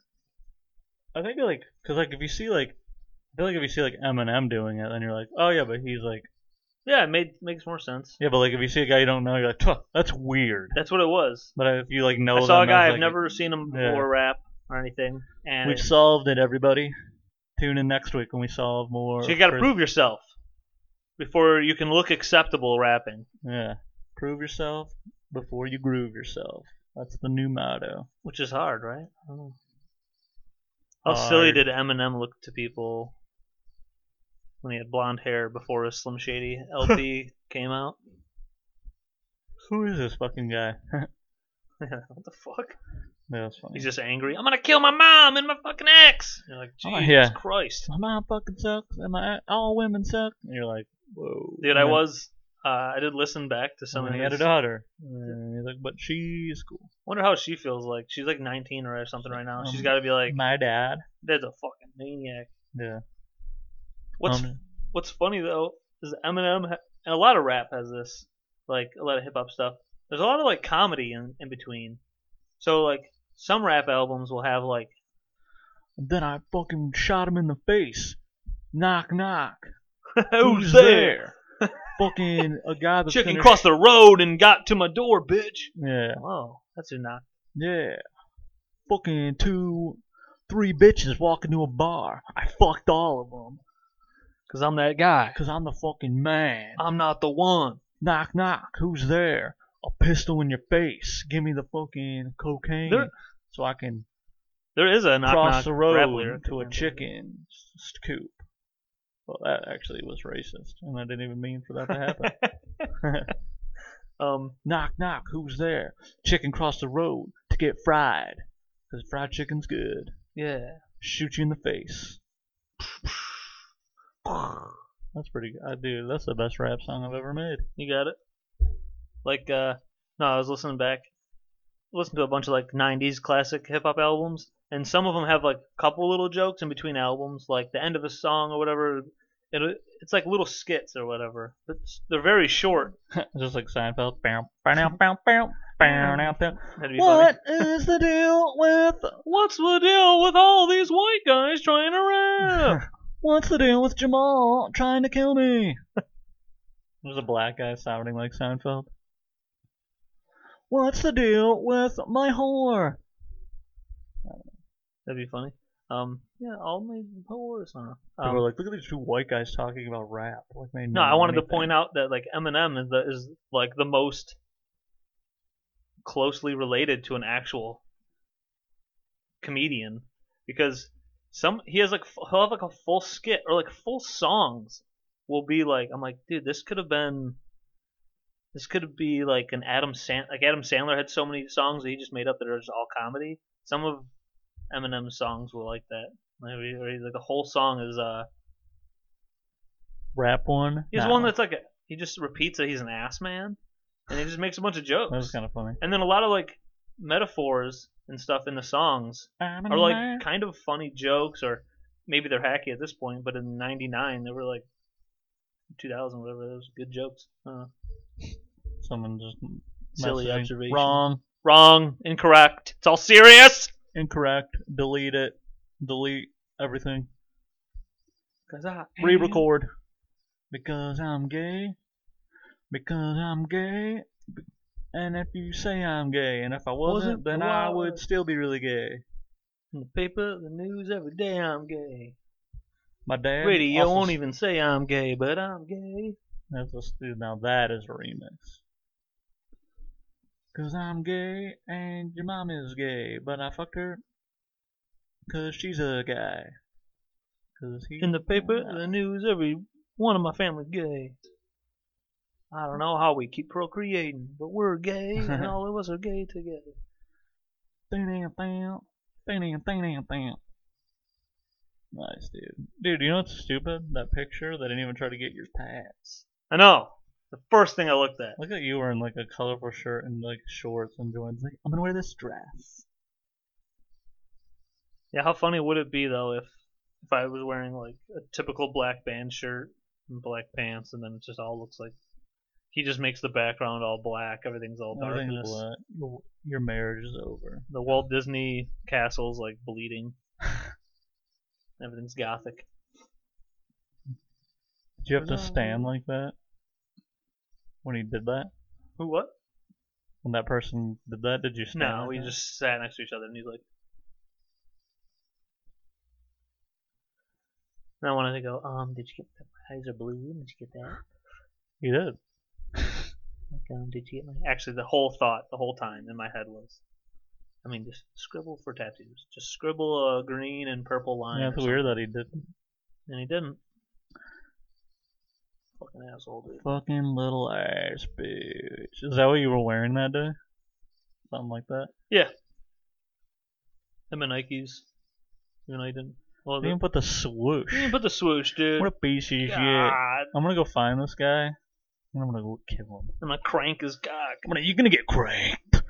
[SPEAKER 1] I think like, cause like if you see like, I feel like if you see like Eminem doing it, then you're like, oh yeah, but he's like,
[SPEAKER 2] Yeah, it made makes more sense.
[SPEAKER 1] yeah, but like if you see a guy you don't know, you're like, "Tuh, that's weird.
[SPEAKER 2] That's what it was.
[SPEAKER 1] But if you like know,
[SPEAKER 2] I saw a
[SPEAKER 1] them as,
[SPEAKER 2] guy
[SPEAKER 1] like,
[SPEAKER 2] I've never seen him
[SPEAKER 1] Yeah.
[SPEAKER 2] before rap or anything, and
[SPEAKER 1] We've
[SPEAKER 2] it-
[SPEAKER 1] solved it, everybody. Tune in next week when we solve more.
[SPEAKER 2] so you got to
[SPEAKER 1] for-
[SPEAKER 2] prove yourself before you can look acceptable rapping.
[SPEAKER 1] Yeah, prove yourself before you groove yourself. That's the new motto.
[SPEAKER 2] Which is hard, right? I don't know. How silly
[SPEAKER 1] Hard.
[SPEAKER 2] did Eminem look to people when he had blonde hair before his Slim Shady LP came out?
[SPEAKER 1] Who is this fucking guy?
[SPEAKER 2] what the fuck?
[SPEAKER 1] Yeah, that's funny.
[SPEAKER 2] He's just angry. I'm gonna kill my mom and my fucking ex. You're like,
[SPEAKER 1] Oh,
[SPEAKER 2] Jesus
[SPEAKER 1] yeah.
[SPEAKER 2] Christ,
[SPEAKER 1] my mom fucking sucks, and my all women suck. And you're like, whoa,
[SPEAKER 2] dude.
[SPEAKER 1] And
[SPEAKER 2] I
[SPEAKER 1] then-
[SPEAKER 2] was. Uh, I did listen back to some
[SPEAKER 1] and
[SPEAKER 2] of
[SPEAKER 1] then he had a
[SPEAKER 2] his.
[SPEAKER 1] daughter. And he's like, but she's cool.
[SPEAKER 2] Wonder how she feels like. She's like 19 or something right now. She's
[SPEAKER 1] Um,
[SPEAKER 2] got to be like,
[SPEAKER 1] my dad.
[SPEAKER 2] that's a fucking maniac.
[SPEAKER 1] Yeah.
[SPEAKER 2] What's
[SPEAKER 1] Um,
[SPEAKER 2] what's funny though is Eminem ha- and a lot of rap has this, like a lot of hip hop stuff. There's a lot of like comedy in, in between. So like some rap albums will have like
[SPEAKER 1] then I fucking shot him in the face. Knock knock.
[SPEAKER 2] who's there?
[SPEAKER 1] fucking a guy that's
[SPEAKER 2] Oh, Chicken
[SPEAKER 1] gonna-
[SPEAKER 2] crossed the road and got to my door, bitch.
[SPEAKER 1] Yeah,
[SPEAKER 2] Whoa, that's a knock.
[SPEAKER 1] yeah. Fucking two, three bitches walk into a bar. I fucked all of them
[SPEAKER 2] Cause I'm that guy.
[SPEAKER 1] because I'm the fucking man.
[SPEAKER 2] I'm not the one.
[SPEAKER 1] knock knock. Who's there? A pistol in your face. Give me the fucking cocaine
[SPEAKER 2] There-
[SPEAKER 1] so I can
[SPEAKER 2] There is a knock
[SPEAKER 1] cross
[SPEAKER 2] knock
[SPEAKER 1] the
[SPEAKER 2] rap
[SPEAKER 1] road
[SPEAKER 2] lyric.
[SPEAKER 1] to a chicken coop. Well, that actually was racist, and I didn't even mean for that to happen.
[SPEAKER 2] Um,
[SPEAKER 1] knock, knock, who's there? Chicken crossed the road to get fried. 'Cause fried chicken's good.
[SPEAKER 2] yeah.
[SPEAKER 1] Shoot you in the face. That's pretty good. I do. That's the best rap song I've ever made.
[SPEAKER 2] You got it. Like uh no, I was listening back listened to a bunch of like 90s classic hip hop albums and some of them have like a couple little jokes in between albums like the end of a song or whatever it, it's like little skits or whatever but it's- they're very short
[SPEAKER 1] Just like Seinfeld. Bow, bow, now, bow, bow, bow, now, bow.
[SPEAKER 2] That'd be funny.
[SPEAKER 1] Mm. What is the deal with
[SPEAKER 2] what's the deal with all these white guys trying to rap
[SPEAKER 1] What's the deal with Jamal trying to kill me? There's a black guy sounding like Seinfeld. What's the deal with my whore?
[SPEAKER 2] that'd be funny um yeah all my horse I don't know.
[SPEAKER 1] People
[SPEAKER 2] Um,
[SPEAKER 1] are like, look at these two white guys talking about rap. Like they
[SPEAKER 2] No, I wanted to point out that like Eminem is the, is like the most closely related to an actual comedian because some he has like f- he'll have like a full skit or like full songs will be like I'm like dude this could have been this could be like an Adam Sand like Adam Sandler had so many songs that he just made up that are just all comedy some of Eminem songs were like that. Maybe or he- like the whole song is uh
[SPEAKER 1] Rap one.
[SPEAKER 2] he's
[SPEAKER 1] Nah,
[SPEAKER 2] one that's like a, he just repeats that he's an ass man, and he just makes a bunch of jokes.
[SPEAKER 1] that was kind of funny.
[SPEAKER 2] and then a lot of like metaphors and stuff in the songs
[SPEAKER 1] I'm
[SPEAKER 2] are
[SPEAKER 1] a
[SPEAKER 2] like
[SPEAKER 1] man.
[SPEAKER 2] kind of funny jokes or maybe they're hacky at this point but in 99 they were like 2000 whatever those good jokes uh,
[SPEAKER 1] someone just
[SPEAKER 2] silly
[SPEAKER 1] messaging,
[SPEAKER 2] observation
[SPEAKER 1] Wrong.
[SPEAKER 2] wrong incorrect it's all serious
[SPEAKER 1] Incorrect. Delete it. Delete everything.
[SPEAKER 2] 'Cause I
[SPEAKER 1] Re-record. Mm-hmm. Because I'm gay. Because I'm gay. Be- And if you say I'm gay, and if I wasn't,
[SPEAKER 2] Wasn't,
[SPEAKER 1] then
[SPEAKER 2] well,
[SPEAKER 1] I
[SPEAKER 2] I
[SPEAKER 1] would
[SPEAKER 2] was.
[SPEAKER 1] still be really gay.
[SPEAKER 2] am in the paper the news every day i'm gay
[SPEAKER 1] My dad.
[SPEAKER 2] radio
[SPEAKER 1] also
[SPEAKER 2] won't
[SPEAKER 1] s-
[SPEAKER 2] even say i'm gay but i'm gay
[SPEAKER 1] That's a, dude, now that is a remix. Cause I'm gay and your mom is gay, but I fucked her. Cause she's a guy. Cause he.
[SPEAKER 2] in the paper the news every one of my family gay i don't know how we keep procreating but we're gay and all of us are gay together
[SPEAKER 1] Nice, dude. Dude, you know what's stupid? That picture they didn't even try to get your tats.
[SPEAKER 2] I know. The first thing I looked at.
[SPEAKER 1] Look at you wearing like a colorful shirt and like shorts and joints. Like, I'm gonna wear this dress.
[SPEAKER 2] Yeah, how funny would it be though if if I was wearing like a typical black band shirt and black pants, and then it just all looks like he just makes the background all black, everything's all
[SPEAKER 1] Everything's
[SPEAKER 2] darkness.
[SPEAKER 1] black. Your- Your marriage is over.
[SPEAKER 2] The Walt Disney castle's like bleeding. everything's gothic.
[SPEAKER 1] Did you have to
[SPEAKER 2] No.
[SPEAKER 1] stand like that when he did that?
[SPEAKER 2] Who? What?
[SPEAKER 1] When that person did that, did you stand?
[SPEAKER 2] No,
[SPEAKER 1] like
[SPEAKER 2] we
[SPEAKER 1] that?
[SPEAKER 2] just sat next to each other, and he's like. And I wanted to go. Um, did you get the eyes are blue? Did you get that?
[SPEAKER 1] He did.
[SPEAKER 2] Like, um, did you get my? Actually, the whole thought, the whole time in my head was, I mean, just scribble for tattoos. Just scribble a green and purple line.
[SPEAKER 1] Yeah,
[SPEAKER 2] or
[SPEAKER 1] it's
[SPEAKER 2] something.
[SPEAKER 1] weird that he did.
[SPEAKER 2] And he didn't. Fucking asshole, dude.
[SPEAKER 1] Fucking little ass bitch. Is that what you were wearing that day? Something like that.
[SPEAKER 2] Him and Nikes. You know, I didn't. Well,
[SPEAKER 1] You didn't
[SPEAKER 2] the,
[SPEAKER 1] even put the swoosh.
[SPEAKER 2] you didn't put the swoosh, dude.
[SPEAKER 1] What a piece of shit. I'm
[SPEAKER 2] God,
[SPEAKER 1] gonna go find this guy. And I'm gonna go kill him.
[SPEAKER 2] I'm gonna crank his cock.
[SPEAKER 1] I'm gonna, you're gonna get cranked.
[SPEAKER 2] You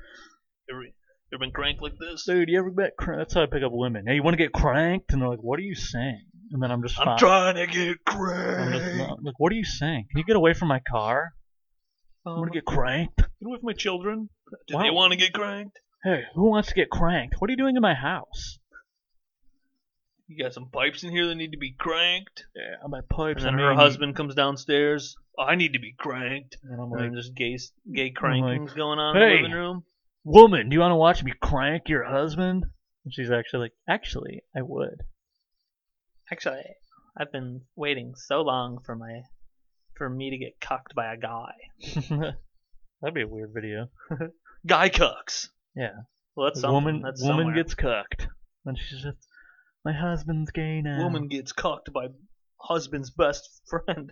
[SPEAKER 2] ever, you ever been cranked like this?
[SPEAKER 1] Dude, you ever get cranked? That's how I pick up women. Hey, you wanna get cranked? And they're like, what are you saying? And then I'm just
[SPEAKER 2] I'm
[SPEAKER 1] fine.
[SPEAKER 2] trying to get
[SPEAKER 1] I'm just
[SPEAKER 2] cranked.
[SPEAKER 1] not- like, what are you saying? Can you get away from my car? I'm
[SPEAKER 2] Um,
[SPEAKER 1] gonna
[SPEAKER 2] get
[SPEAKER 1] get cranked.
[SPEAKER 2] with my children. Do
[SPEAKER 1] Why-
[SPEAKER 2] they want to get cranked?
[SPEAKER 1] Hey, who wants to get cranked? What are you doing in my house?
[SPEAKER 2] You got some pipes in here that need to be cranked.
[SPEAKER 1] Yeah, I'm at pipes.
[SPEAKER 2] And then
[SPEAKER 1] I'm
[SPEAKER 2] her
[SPEAKER 1] eating.
[SPEAKER 2] husband comes downstairs. I need to be cranked.
[SPEAKER 1] And I'm
[SPEAKER 2] And then
[SPEAKER 1] like,
[SPEAKER 2] there's gay, gay crankings going on in
[SPEAKER 1] "Hey."
[SPEAKER 2] the living room.
[SPEAKER 1] woman, do you want to watch me crank your husband? And she's actually like, actually, I would.
[SPEAKER 2] Actually, I've been waiting so long for my for me to get cucked by a guy.
[SPEAKER 1] That'd be a weird video.
[SPEAKER 2] Guy cucks.
[SPEAKER 1] Yeah.
[SPEAKER 2] Well, that's
[SPEAKER 1] Like,
[SPEAKER 2] something.
[SPEAKER 1] woman,
[SPEAKER 2] that's
[SPEAKER 1] woman
[SPEAKER 2] somewhere.
[SPEAKER 1] gets cucked, and she's just, my husband's gay now.
[SPEAKER 2] woman gets cucked by husband's best friend.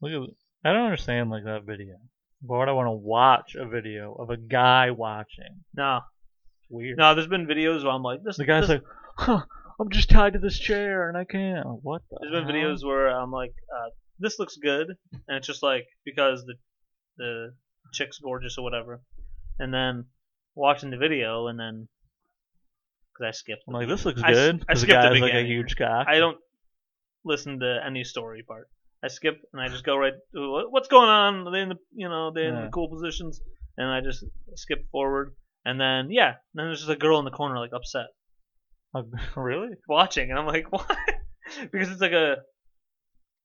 [SPEAKER 1] look at. I don't understand like that video. Why would I want to watch a video of a guy watching?
[SPEAKER 2] no,
[SPEAKER 1] It's weird.
[SPEAKER 2] no. There's been videos where I'm like, this.
[SPEAKER 1] The guy's like,
[SPEAKER 2] this-
[SPEAKER 1] huh, I'm just tied to this chair and I can't. What the?
[SPEAKER 2] There's been
[SPEAKER 1] hell?
[SPEAKER 2] videos where I'm like, uh, this looks good, and it's just like because the the chick's gorgeous or whatever, and then watching the video and then because I skipped.
[SPEAKER 1] I'm like, this looks
[SPEAKER 2] I s-
[SPEAKER 1] good.
[SPEAKER 2] I
[SPEAKER 1] 'cause the
[SPEAKER 2] skipped the
[SPEAKER 1] guy's like a
[SPEAKER 2] beginning.
[SPEAKER 1] huge cock.
[SPEAKER 2] I don't listen to any story part. I skip and I just go right. to what- What's going on? Are they in the you know they are in
[SPEAKER 1] Yeah.
[SPEAKER 2] the cool positions, and I just skip forward, and then yeah, and then there's just a girl in the corner like upset.
[SPEAKER 1] really?
[SPEAKER 2] watching, and I'm like, what? because it's like a,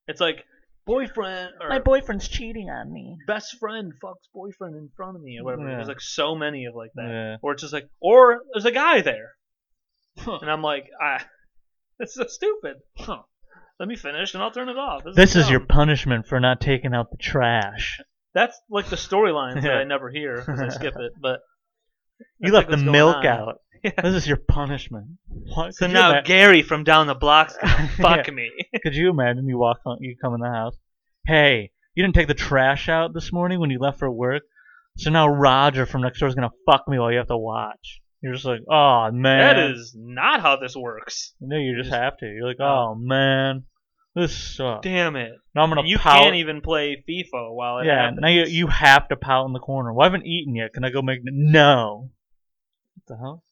[SPEAKER 2] it's like boyfriend or my boyfriend's cheating on me. Best friend fucks boyfriend in front of me or whatever.
[SPEAKER 1] Yeah.
[SPEAKER 2] There's like so many of like that,
[SPEAKER 1] Yeah.
[SPEAKER 2] or it's just like, or there's a guy there,
[SPEAKER 1] Huh.
[SPEAKER 2] and I'm like, I, that's so stupid. Huh. Let me finish, and I'll turn it off.
[SPEAKER 1] This is your
[SPEAKER 2] dumb.
[SPEAKER 1] punishment for not taking out the trash.
[SPEAKER 2] That's like the storylines that
[SPEAKER 1] Yeah.
[SPEAKER 2] I never hear because I skip it, but.
[SPEAKER 1] You
[SPEAKER 2] that's,
[SPEAKER 1] left
[SPEAKER 2] like,
[SPEAKER 1] the
[SPEAKER 2] what's going
[SPEAKER 1] milk
[SPEAKER 2] on.
[SPEAKER 1] out. This is your punishment. What?
[SPEAKER 2] So
[SPEAKER 1] Could you
[SPEAKER 2] now
[SPEAKER 1] ima-
[SPEAKER 2] Gary from down the block's gonna
[SPEAKER 1] Yeah.
[SPEAKER 2] fuck me.
[SPEAKER 1] could you imagine you walk on, you come in the house? Hey, you didn't take the trash out this morning when you left for work, so now Roger from next door is gonna fuck me while you have to watch. You're just like, oh man.
[SPEAKER 2] That is not how this works.
[SPEAKER 1] No, you just
[SPEAKER 2] just-
[SPEAKER 1] have to. You're like, oh man, this sucks.
[SPEAKER 2] Damn it.
[SPEAKER 1] Now I'm gonna
[SPEAKER 2] And you
[SPEAKER 1] pout.
[SPEAKER 2] can't even play FIFA while it
[SPEAKER 1] yeah,
[SPEAKER 2] happens.
[SPEAKER 1] now you you have to pout in the corner. Well, I haven't eaten yet. Can I go make? No. What the hell?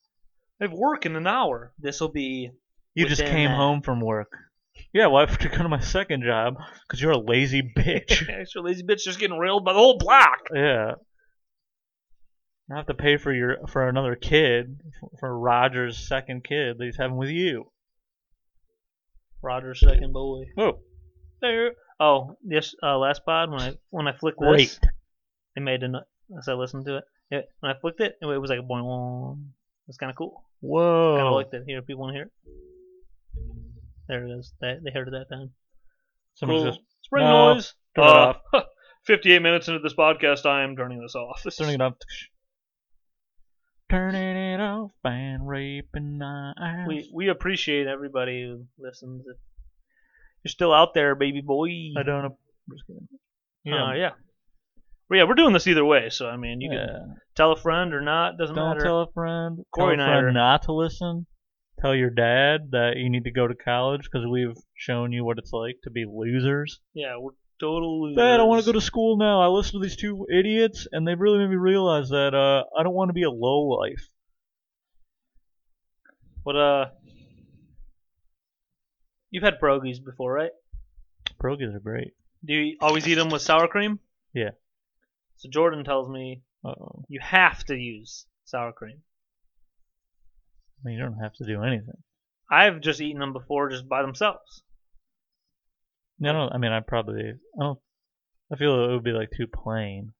[SPEAKER 2] I have work in an hour. This will be
[SPEAKER 1] You just
[SPEAKER 2] Within
[SPEAKER 1] came
[SPEAKER 2] that.
[SPEAKER 1] home from work. Yeah, well, I have to go to my second job because you're a lazy bitch.
[SPEAKER 2] extra lazy bitch just getting railed by the whole block.
[SPEAKER 1] yeah. I have to pay for your for another kid for Roger's second kid that he's having with you.
[SPEAKER 2] Roger's second boy.
[SPEAKER 1] Oh,
[SPEAKER 2] There. Oh, yes. Uh, last pod when I when I flicked
[SPEAKER 1] great.
[SPEAKER 2] this, it made an as I listened to it. it. When I flicked it, it was like a boing. boing. It was kind of cool.
[SPEAKER 1] Whoa.
[SPEAKER 2] Kind of liked it. Here, if you want to hear it. There it is. They, they heard it that time.
[SPEAKER 1] Somebody's
[SPEAKER 2] Cool.
[SPEAKER 1] just
[SPEAKER 2] Spring
[SPEAKER 1] No,
[SPEAKER 2] noise.
[SPEAKER 1] turn it
[SPEAKER 2] Uh, 58 minutes into this podcast, I am turning this off. This
[SPEAKER 1] turning
[SPEAKER 2] is,
[SPEAKER 1] it off. Turning it off and raping my ass.
[SPEAKER 2] we, we appreciate everybody who listens. If you're still out there, baby boy.
[SPEAKER 1] I don't. ap- Just kidding. Um,
[SPEAKER 2] Yeah. yeah. Well, yeah, we're doing this either way, so I mean, you
[SPEAKER 1] yeah.
[SPEAKER 2] can tell a friend or not, doesn't
[SPEAKER 1] Don't
[SPEAKER 2] matter.
[SPEAKER 1] tell a friend.
[SPEAKER 2] Corey and
[SPEAKER 1] tell
[SPEAKER 2] I
[SPEAKER 1] a friend
[SPEAKER 2] are-
[SPEAKER 1] not to listen. Tell your dad that you need to go to college because we've shown you what it's like to be losers.
[SPEAKER 2] yeah, we're total losers.
[SPEAKER 1] Dad, I want to go to school now. I listened to these two idiots, and they really made me realize that uh, I don't want to be a low life.
[SPEAKER 2] But uh, you've had pierogies before, right?
[SPEAKER 1] Pierogies are great.
[SPEAKER 2] Do you always eat them with sour cream?
[SPEAKER 1] Yeah.
[SPEAKER 2] So Jordan tells me
[SPEAKER 1] Uh-oh.
[SPEAKER 2] you have to use sour cream.
[SPEAKER 1] I mean, you don't have to do anything.
[SPEAKER 2] I've just eaten them before just by themselves.
[SPEAKER 1] No, no. I mean, I probably. I don't. I feel it would be like too plain.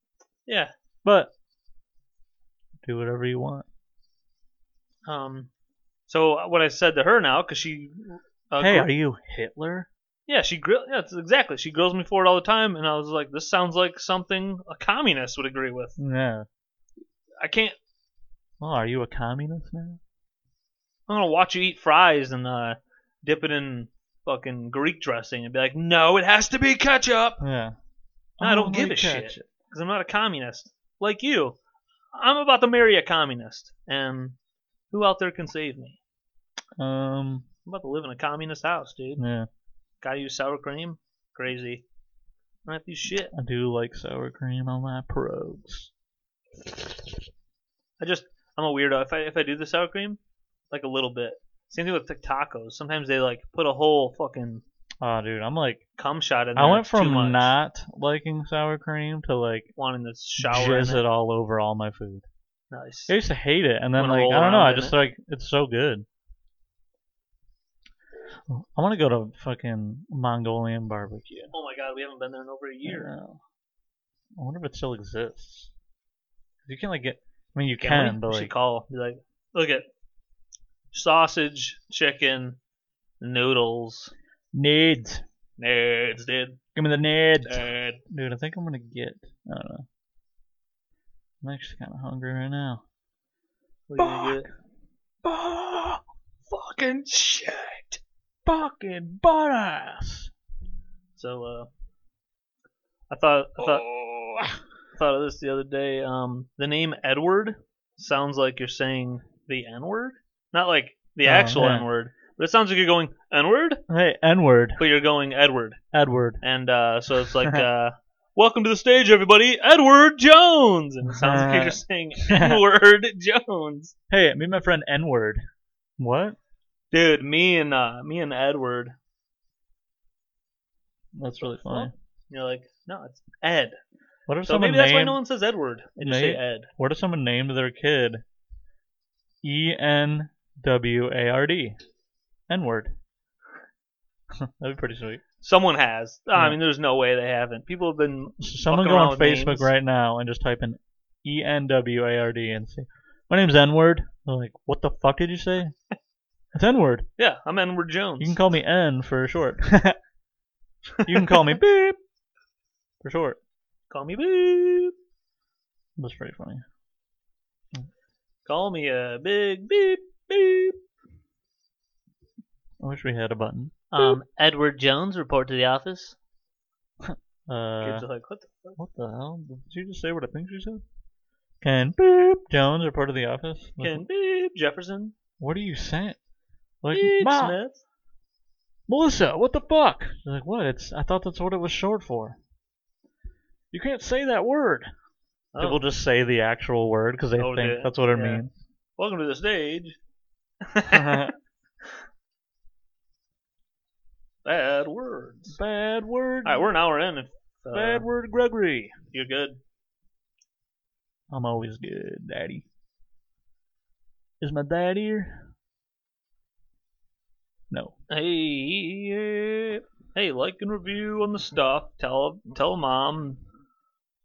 [SPEAKER 2] Yeah.
[SPEAKER 1] But do whatever you want.
[SPEAKER 2] Um. So what I said to her now, because she. Uh,
[SPEAKER 1] hey,
[SPEAKER 2] gr-
[SPEAKER 1] are you Hitler?
[SPEAKER 2] Yeah, she grill. Yeah, that's exactly. She grills me for it all the time, and I was like, "This sounds like something a communist would agree with."
[SPEAKER 1] No.
[SPEAKER 2] I can't.
[SPEAKER 1] Well, Oh, are you a communist now?
[SPEAKER 2] I'm gonna watch you eat fries and uh, dip it in fucking Greek dressing and be like, "No, it has to be ketchup,"
[SPEAKER 1] Yeah. Oh,
[SPEAKER 2] I don't
[SPEAKER 1] Holy
[SPEAKER 2] give a shit.
[SPEAKER 1] catch.
[SPEAKER 2] because I'm not a communist like you. I'm about to marry a communist, and who out there can save me?
[SPEAKER 1] Um.
[SPEAKER 2] I'm about to live in a communist house, dude.
[SPEAKER 1] Yeah,
[SPEAKER 2] Gotta use sour cream. Crazy. I don't have to use shit.
[SPEAKER 1] I do like sour cream on my pierogs.
[SPEAKER 2] I just I'm a weirdo. If I if I do the sour cream, like a little bit. Same thing with the tacos. Sometimes they like put a whole fucking
[SPEAKER 1] Oh, dude, I'm like,
[SPEAKER 2] cum shot in there.
[SPEAKER 1] I went
[SPEAKER 2] It's too much.
[SPEAKER 1] from not liking sour cream to like
[SPEAKER 2] wanting to shower in
[SPEAKER 1] jizz
[SPEAKER 2] it.
[SPEAKER 1] it all over all my food.
[SPEAKER 2] Nice.
[SPEAKER 1] I used to hate it, and then
[SPEAKER 2] Wanna
[SPEAKER 1] like
[SPEAKER 2] roll
[SPEAKER 1] I don't know,
[SPEAKER 2] around
[SPEAKER 1] I
[SPEAKER 2] in
[SPEAKER 1] just
[SPEAKER 2] it?
[SPEAKER 1] like it's so good. I want to go to fucking Mongolian barbecue.
[SPEAKER 2] Oh my god, we haven't been there in over a year.
[SPEAKER 1] Yeah. I wonder if it still exists. You can like get. I mean, you
[SPEAKER 2] Can
[SPEAKER 1] can,
[SPEAKER 2] we?
[SPEAKER 1] but
[SPEAKER 2] We should
[SPEAKER 1] like,
[SPEAKER 2] call. Be like, look at sausage, chicken, noodles,
[SPEAKER 1] nerds.
[SPEAKER 2] nerds, dude,
[SPEAKER 1] Give me the nerds.
[SPEAKER 2] nerd.
[SPEAKER 1] Dude, I think I'm gonna get. I don't know. I'm actually kind of hungry right now.
[SPEAKER 2] What are you gonna
[SPEAKER 1] Fuck.
[SPEAKER 2] get?
[SPEAKER 1] fucking shit! Fucking butt ass!
[SPEAKER 2] So, uh, I thought, I thought, Oh. thought of this the other day. Um, the name Edward sounds like you're saying the N word, not like the
[SPEAKER 1] Oh,
[SPEAKER 2] actual
[SPEAKER 1] yeah.
[SPEAKER 2] N word, but it sounds like you're going N word,
[SPEAKER 1] Hey, N word.
[SPEAKER 2] but you're going Edward,
[SPEAKER 1] Edward.
[SPEAKER 2] and uh, so it's like, uh, welcome to the stage, everybody, Edward Jones, and it sounds like you're saying N word Jones.
[SPEAKER 1] Hey, meet my friend N word. What?
[SPEAKER 2] Dude, me and uh, me and Edward,
[SPEAKER 1] That's really funny.
[SPEAKER 2] you're like, no, it's Ed.
[SPEAKER 1] What if
[SPEAKER 2] So
[SPEAKER 1] someone
[SPEAKER 2] maybe that's why
[SPEAKER 1] named?
[SPEAKER 2] no one says Edward. They just say
[SPEAKER 1] Maybe.
[SPEAKER 2] Ed.
[SPEAKER 1] What if someone named their kid E N W A R D? N word. That'd be pretty sweet.
[SPEAKER 2] Someone has. I
[SPEAKER 1] Yeah.
[SPEAKER 2] mean, there's no way they haven't. People have been
[SPEAKER 1] Someone
[SPEAKER 2] fucking
[SPEAKER 1] go
[SPEAKER 2] around
[SPEAKER 1] on
[SPEAKER 2] with
[SPEAKER 1] Facebook
[SPEAKER 2] names.
[SPEAKER 1] right now and just type in E N W A R D and say, "My name's N word." They're like, "What the fuck did you say?" It's N word.
[SPEAKER 2] Yeah, I'm Edward Jones.
[SPEAKER 1] You can call me N for short. you can call me beep for short.
[SPEAKER 2] Call me Boop.
[SPEAKER 1] That's pretty funny.
[SPEAKER 2] Call me a big beep beep.
[SPEAKER 1] I wish we had a button.
[SPEAKER 2] Um, Edward Jones, report to the office.
[SPEAKER 1] Uh,
[SPEAKER 2] Kids are like, what the fuck?
[SPEAKER 1] what the hell? Did you just say what I think you said? Can beep Jones report to the office?
[SPEAKER 2] Can beep Abe Jefferson,
[SPEAKER 1] What are you saying? Like,
[SPEAKER 2] Abe
[SPEAKER 1] Ma,
[SPEAKER 2] Smith.
[SPEAKER 1] Melissa, what the fuck? She's like, what? It's I thought that's what it was short for. You can't say that word.
[SPEAKER 2] Oh,
[SPEAKER 1] People just say the actual word because they
[SPEAKER 2] Oh,
[SPEAKER 1] think
[SPEAKER 2] yeah.
[SPEAKER 1] that's what it
[SPEAKER 2] Yeah.
[SPEAKER 1] means.
[SPEAKER 2] Welcome to the stage. Bad words.
[SPEAKER 1] Bad word.
[SPEAKER 2] All right, we're an hour in. If, uh,
[SPEAKER 1] Bad word, Gregory.
[SPEAKER 2] You're good.
[SPEAKER 1] I'm always good, Daddy. Is my dad here? No.
[SPEAKER 2] Hey, hey, like and review on the stuff. Tell tell mom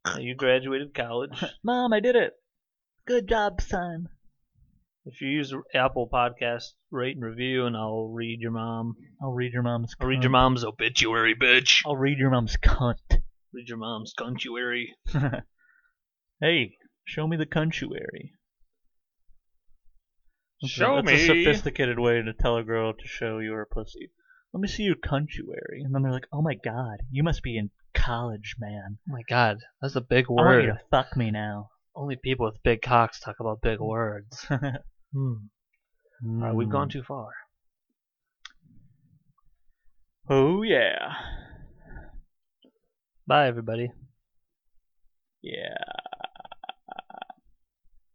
[SPEAKER 2] that you graduated college.
[SPEAKER 1] Mom, I did it. Good job, son.
[SPEAKER 2] if you use Apple Podcast, rate and review, and I'll read your mom.
[SPEAKER 1] I'll read your mom's.
[SPEAKER 2] I'll read
[SPEAKER 1] cunt.
[SPEAKER 2] your mom's obituary, bitch.
[SPEAKER 1] I'll read your mom's cunt.
[SPEAKER 2] Read your mom's contuary.
[SPEAKER 1] hey, show me the conchuary. That's a-
[SPEAKER 2] Show
[SPEAKER 1] that's
[SPEAKER 2] me.
[SPEAKER 1] a sophisticated way to tell a girl to show you her pussy. Let me see your conchuary. And then they're like, oh my god, you must be in college, man.
[SPEAKER 2] Oh my God, that's a big
[SPEAKER 1] I want
[SPEAKER 2] word.
[SPEAKER 1] you to fuck me now.
[SPEAKER 2] Only people with big cocks talk about big words. hmm. All right, we've
[SPEAKER 1] Hmm.
[SPEAKER 2] gone too far.
[SPEAKER 1] Oh, yeah.
[SPEAKER 2] Bye, everybody.
[SPEAKER 1] Yeah.